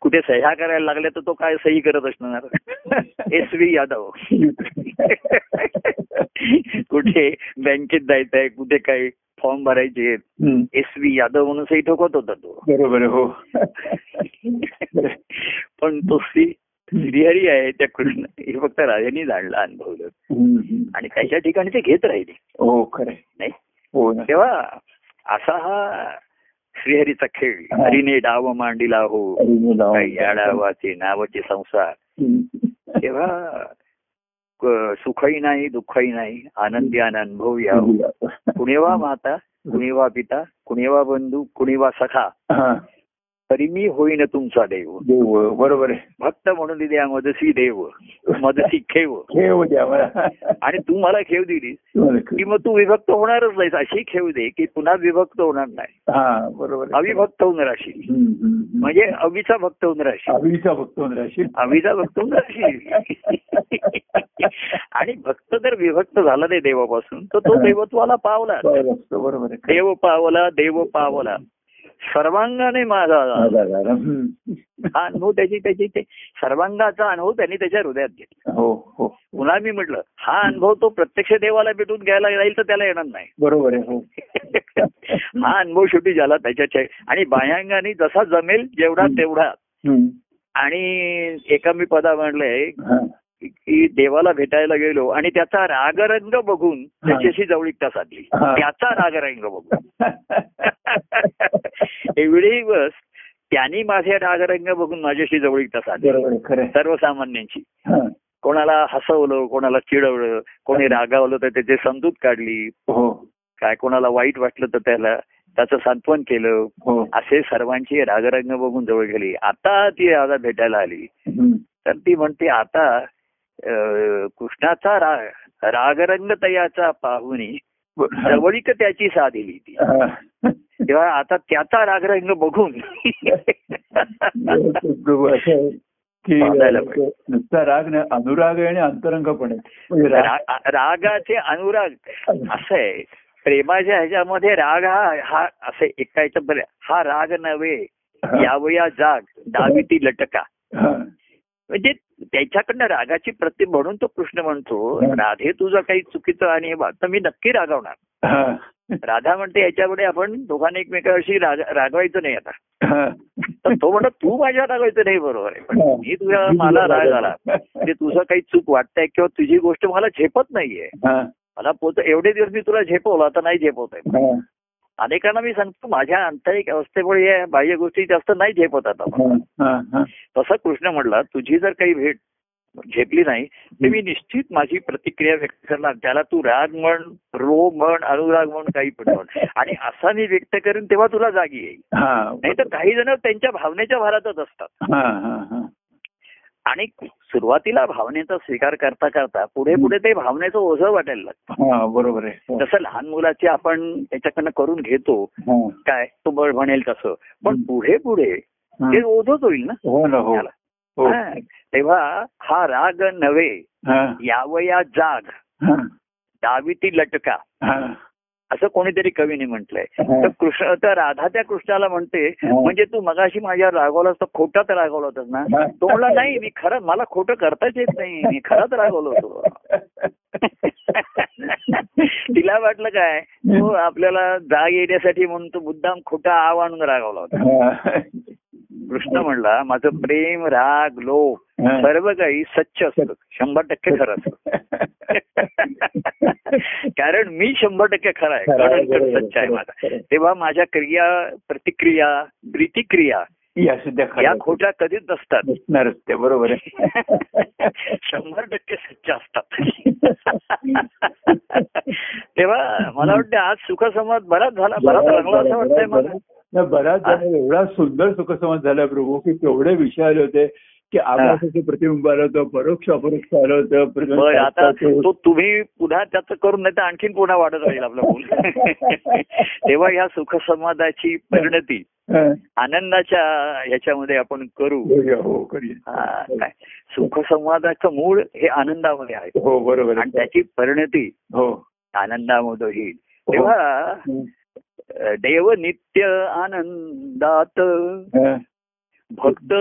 कुठे सह्या करायला लागल्या तर तो काय सही करत असणार एस व्ही यादव कुठे बँकेत जायचंय कुठे काही फॉर्म भरायचे
हम्म.
एस व्ही यादव म्हणून सही ठोकत होता तो
बरोबर आहे, हो
पण तो श्री श्रीहरी आहे त्या कृष्ण हे फक्त राजांनी जाणलं अनुभवलं
हम्म.
आणि त्याच्या ठिकाणी ते घेत राहिले
हो खरं आहे.
नाही
हो ना
तेव्हा असा हा श्रीहरीचा खेळ हरीने डाव मांडिला हो
अरे मी लावा.
काही या डावाचे नावाचे संसार
हम्म.
तेव्हा क- सुखही नाही दुःखही नाही आनंदी अनुभव यावं कुणेवा माता कुणेवा पिता कुणेवा बंधू कुणेवा सखा
हा.
तरी मी होईन तुमचा देव
देव बरोबर आहे
भक्त म्हणून दिल्या मदसी देव मदसी खेव
खेळ द्या मला
आणि तू मला खेव दिलीस
तुम्हाला
की
खेळ.
मग तू विभक्त होणारच नाहीस अशी खेव दे की पुन्हा विभक्त होणार नाही
हा बरोबर आहे.
अविभक्त होऊन राहशील
हम्म, हम्म.
म्हणजे अविचा भक्त होऊन राहशील
अभिचा भक्त होऊन राहशील
अविचा भक्त होऊन राहशील आणि भक्त जर विभक्त झाला नाही देवापासून तर तो देवत्वाला पावला
बरोबर असतो, बरोबर आहे.
देव पावला देव पावला सर्वांगाने माझा आधार.
आधार आला. हम्म.
हा अनुभव त्याची त्याची ते सर्वांगाचा अनुभव त्यांनी त्याच्या हृदयात घेतला
हो हो
पुन्हा मी म्हटलं हा अनुभव तो प्रत्यक्ष देवाला भेटून घ्यायला जाईल तर त्याला येणार नाही
बरोबर आहे हो
हा अनुभव शेवटी ज्याला त्याच्या चे- आणि बाह्यांगाने जसा जमेल जेवढा तेवढा
हम्म.
आणि एका मी पदा म्हणलंय
हा.
की देवाला भेटायला गेलो आणि त्याचा रागरंग बघून त्याच्याशी जवळीकता साधली
हा.
त्याचा रागरंग बघून एवढे बस त्यांनी माझे रागरंग बघून माझ्याशी जवळीकता साधली
बरोबर आहे खरं आहे.
सर्वसामान्यांची
हा.
कोणाला हसवलं कोणाला चिडवलं कोणी रागावलं तर त्याची समजूत काढली
हो
काय कोणाला वाईट वाटलं तर त्याला त्याचं सांत्वन केलं
हो
असे सर्वांची रागरंग बघून जवळ गेली आता ती राधा भेटायला आली
हम्म.
तर ती म्हणते आता अं, कृष्णाचा राग रागरंग तयाचा पाहुणी
बरं.
जवळीक त्याची साधिली ती
हा.
तेव्हा आता त्याचा रागरंग बघून
प्रभू असं आहे की
बांधायला पाहिजे.
नुसता राग नाही अनुराग आहे आणि अंतरंगपण आहे म्हणजे राग
रा- रागाचे अनुराग असं आहे प्रेमाच्या ह्याच्यामध्ये राग हा हा असं एकायचं बरं हा राग नव्हे यावया जाग दावी ती लटका
हा.
म्हणजे त्याच्याकडनं रागाची प्रति म्हणून तो कृष्ण म्हणतो राधे तुझं काही चुकीचं आणि हे वाद, तर मी नक्की रागावणार
हा.
राधा म्हणते याच्यापुढे आपण दोघांनी एकमेकाशी राग- रागवायचं नाही आता
हा.
तर तो म्हणतो तू माझ्या रागवायचं नाही बरोबर आहे पण मी तुझ्या मला राग आला ते तुझं काही चूक वाटतंय किंवा तुझी गोष्ट मला झेपत नाहीये
हा.
मला पोत एवढे दिवस मी तुला झेपवलं आता नाही झेपवत आहे
हा.
अनेकांना मी सांगतो माझ्या आंतरिक अवस्थेमुळे या बाह्य गोष्टी जास्त नाही झेपत आता मला.
हा. हा. हा.
तसं कृष्ण म्हणला तुझी जर काही भेट झेपली नाही तर मी निश्चित माझी प्रतिक्रिया व्यक्त करणार त्याला तू राग म्हण रो म्हण अनुराग म्हण काही पण म्हण आणि असा मी व्यक्त करेन तेव्हा तुला जागी येईल
हा.
नाही तर काही जण त्यांच्या भावनेच्या भारातच असतात
हा. हा. हा.
आणि सुरुवातीला भावनेचा स्वीकार करता करता पुढे पुढे ते भावनेचं ओझं वाटायला लागतं
हा. बरोबर आहे हो.
जसं लहान मुलाची आपण त्याच्याकडनं करून घेतो
हा.
काय तो बळ म्हणेल तसं पण
हं.
पुढे पुढे
हा.
ते ओझच होईल ना
हो ना हो
त्याला.
हो
हा. तेव्हा हा राग नव्हे
हा.
यावया जाग
हा.
दावी ती लटका
हा.
असं कोणीतरी कवीने म्हटलंय
हा.
तर कृष्ण तर राधा त्या कृष्णाला म्हणते
हं.
म्हणजे तू मगाशी माझ्या रागवलास तर खोटाच रागवला होतास ना
हं.
तो म्हणला नाही मी खरं मला खोटं करताच येत नाही मी खरंच रागवलो होतो तिला वाटलं काय तो आपल्याला जाग येण्यासाठी म्हणून तो मुद्दाम खोटा आव आणून रागवला होता
हा.
कृष्ण म्हणला माझं प्रेम राग लोभ
हा.
सर्व काही सच्च असतं शंभर टक्के खरं असतं कारण मी शंभर टक्के खरा आहे
खरा आहे,
कणकण
बरोबर,
सच्च आहे
बरोबर,
माझा
बरोबर.
तेव्हा माझ्या क्रिया प्रतिक्रिया प्रतिक्रिया
या सुद्धा
या
खऱ्या
खोट्या कधीच नसतात
नसणारच ते बरोबर आहे
शंभर टक्के सच्च असतात तेव्हा मला वाटतं आज सुखसंवाद बराच झाला बराच रंगला असं वाटतंय मला
नाही, बराच जण एवढा सुंदर सुखसंवाद झाला प्रभू की तेवढे विषय आले होते की आकाशाचं प्रतिबिंब आलं होतं परोक्ष अपरोक्ष आलं होतं
बर
प्रतिबिंब
आता तो तुम्ही पुन्हा त्याचं करून नाही तर आणखीन पुन्हा वाढत राहील आपलं बोल तेव्हा ह्या सुखसंवादाची परिणती
हा.
आनंदाच्या ह्याच्यामध्ये आपण करू
करूया, हो करूया.
हा, काय सुखसंवादाचं मूळ हे आनंदामध्ये आहे
हो बरोबर
आणि
आहे.
त्याची परिणती
हो
आनंदामध्ये होईल तेव्हा अ, देव नित्य आनंदात
हा.
भक्त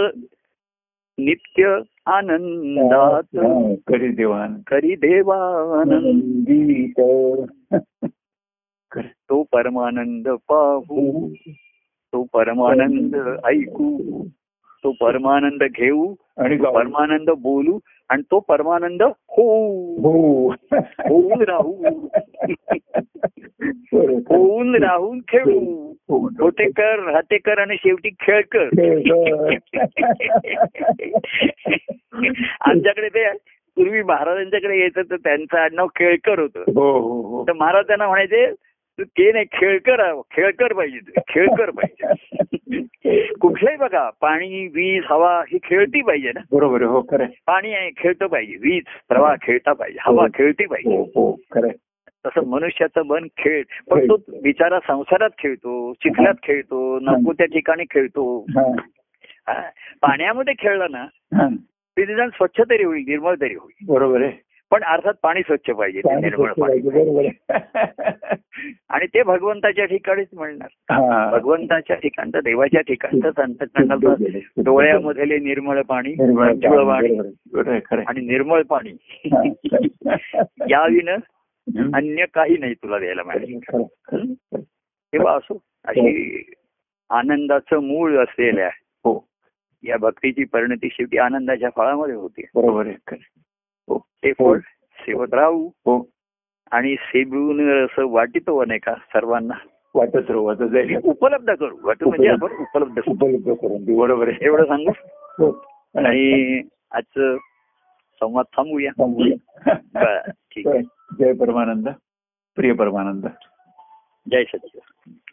नित्य आनंदात
हा, करी देवान
करी देवा आनंद
आनंदीत.
तो परमानंद पाहू तो परमानंद ऐकू तो परमानंद घेऊ
आणि गाऊ.
परमानंद बोलू आणि तो परमानंद होऊ
हो
होऊन राहू
बरोबर.
होऊन राहून खेळू होते कर राहते कर आणि शेवटी खेळ कर आमच्याकडे ते पूर्वी महाराजांच्याकडे यायचं तर त्यांचं आडनाव खेळकर होतं
हो हो हो
तर महाराज त्यांना म्हणायचे तू ते नाही खेळकर आहो, खेळकर पाहिजे तू, खेळकर पाहिजे कुठलंही बघा पाणी वीज हवा ही खेळती पाहिजे ना
बरोबर आहे, हो खरं आहे.
पाणी आहे खेळतं पाहिजे वीज प्रवाह खेळता पाहिजे हवा खेळती पाहिजे
हो हो खरं आहे.
तसं मनुष्याचं मन खेळ पण तो बिचारा संसारात खेळतो चिखलात खेळतो नको त्या ठिकाणी खेळतो
हा,
हा. पाण्यामध्ये खेळला ना
हा.
ते निदान स्वच्छ तरी होईल निर्मळ तरी होईल
बरोबर आहे
पण अर्थात पाणी स्वच्छ पाहिजे ते
पाणी
निर्मळ
स्वच्छ
पाणी
पाहिजे, बरोबर आहे.
आणि ते भगवंताच्या ठिकाणीच मिळणार
हा.
भगवंताच्या ठिकाणचं देवाच्या ठिकाणचं अंतकरणाचं डोळ्यामधले निर्मळ पाणी
निर्मळ
मंजुळ
पाणी,
वाणी
बरोबर आहे, बरोबर आहे, खरं आहे.
आणि निर्मळ पाणी
हा.
याविन
हम्म.
अन्य काही नाही तुला द्यायला मिळेल
खरं, खरं, खरं.
तेव्हा असो अशी आनंदाचं मूळ असलेल्या
हो
या भक्तीची परिणती शेवटी आनंदाच्या फळामध्ये होते
बरोबर आहे खरं आहे.
ते फळ सेवत राहू
हो
आणि सेबून रस वाटितो अनेका सर्वांना
वाटत राहू आता
हे
जाईल
उपलब्ध करू वाटू म्हणजे आपण उपलब्ध करू.
उपलब्ध करून देऊ बरोबर आहे
एवढं सांगू
हो आणि
आणि आजचं संवाद थांबूया
सांगूया.
बरं, ठीक आहे
जय परमानंद प्रिय परमानंद
जय सच्चिदानंद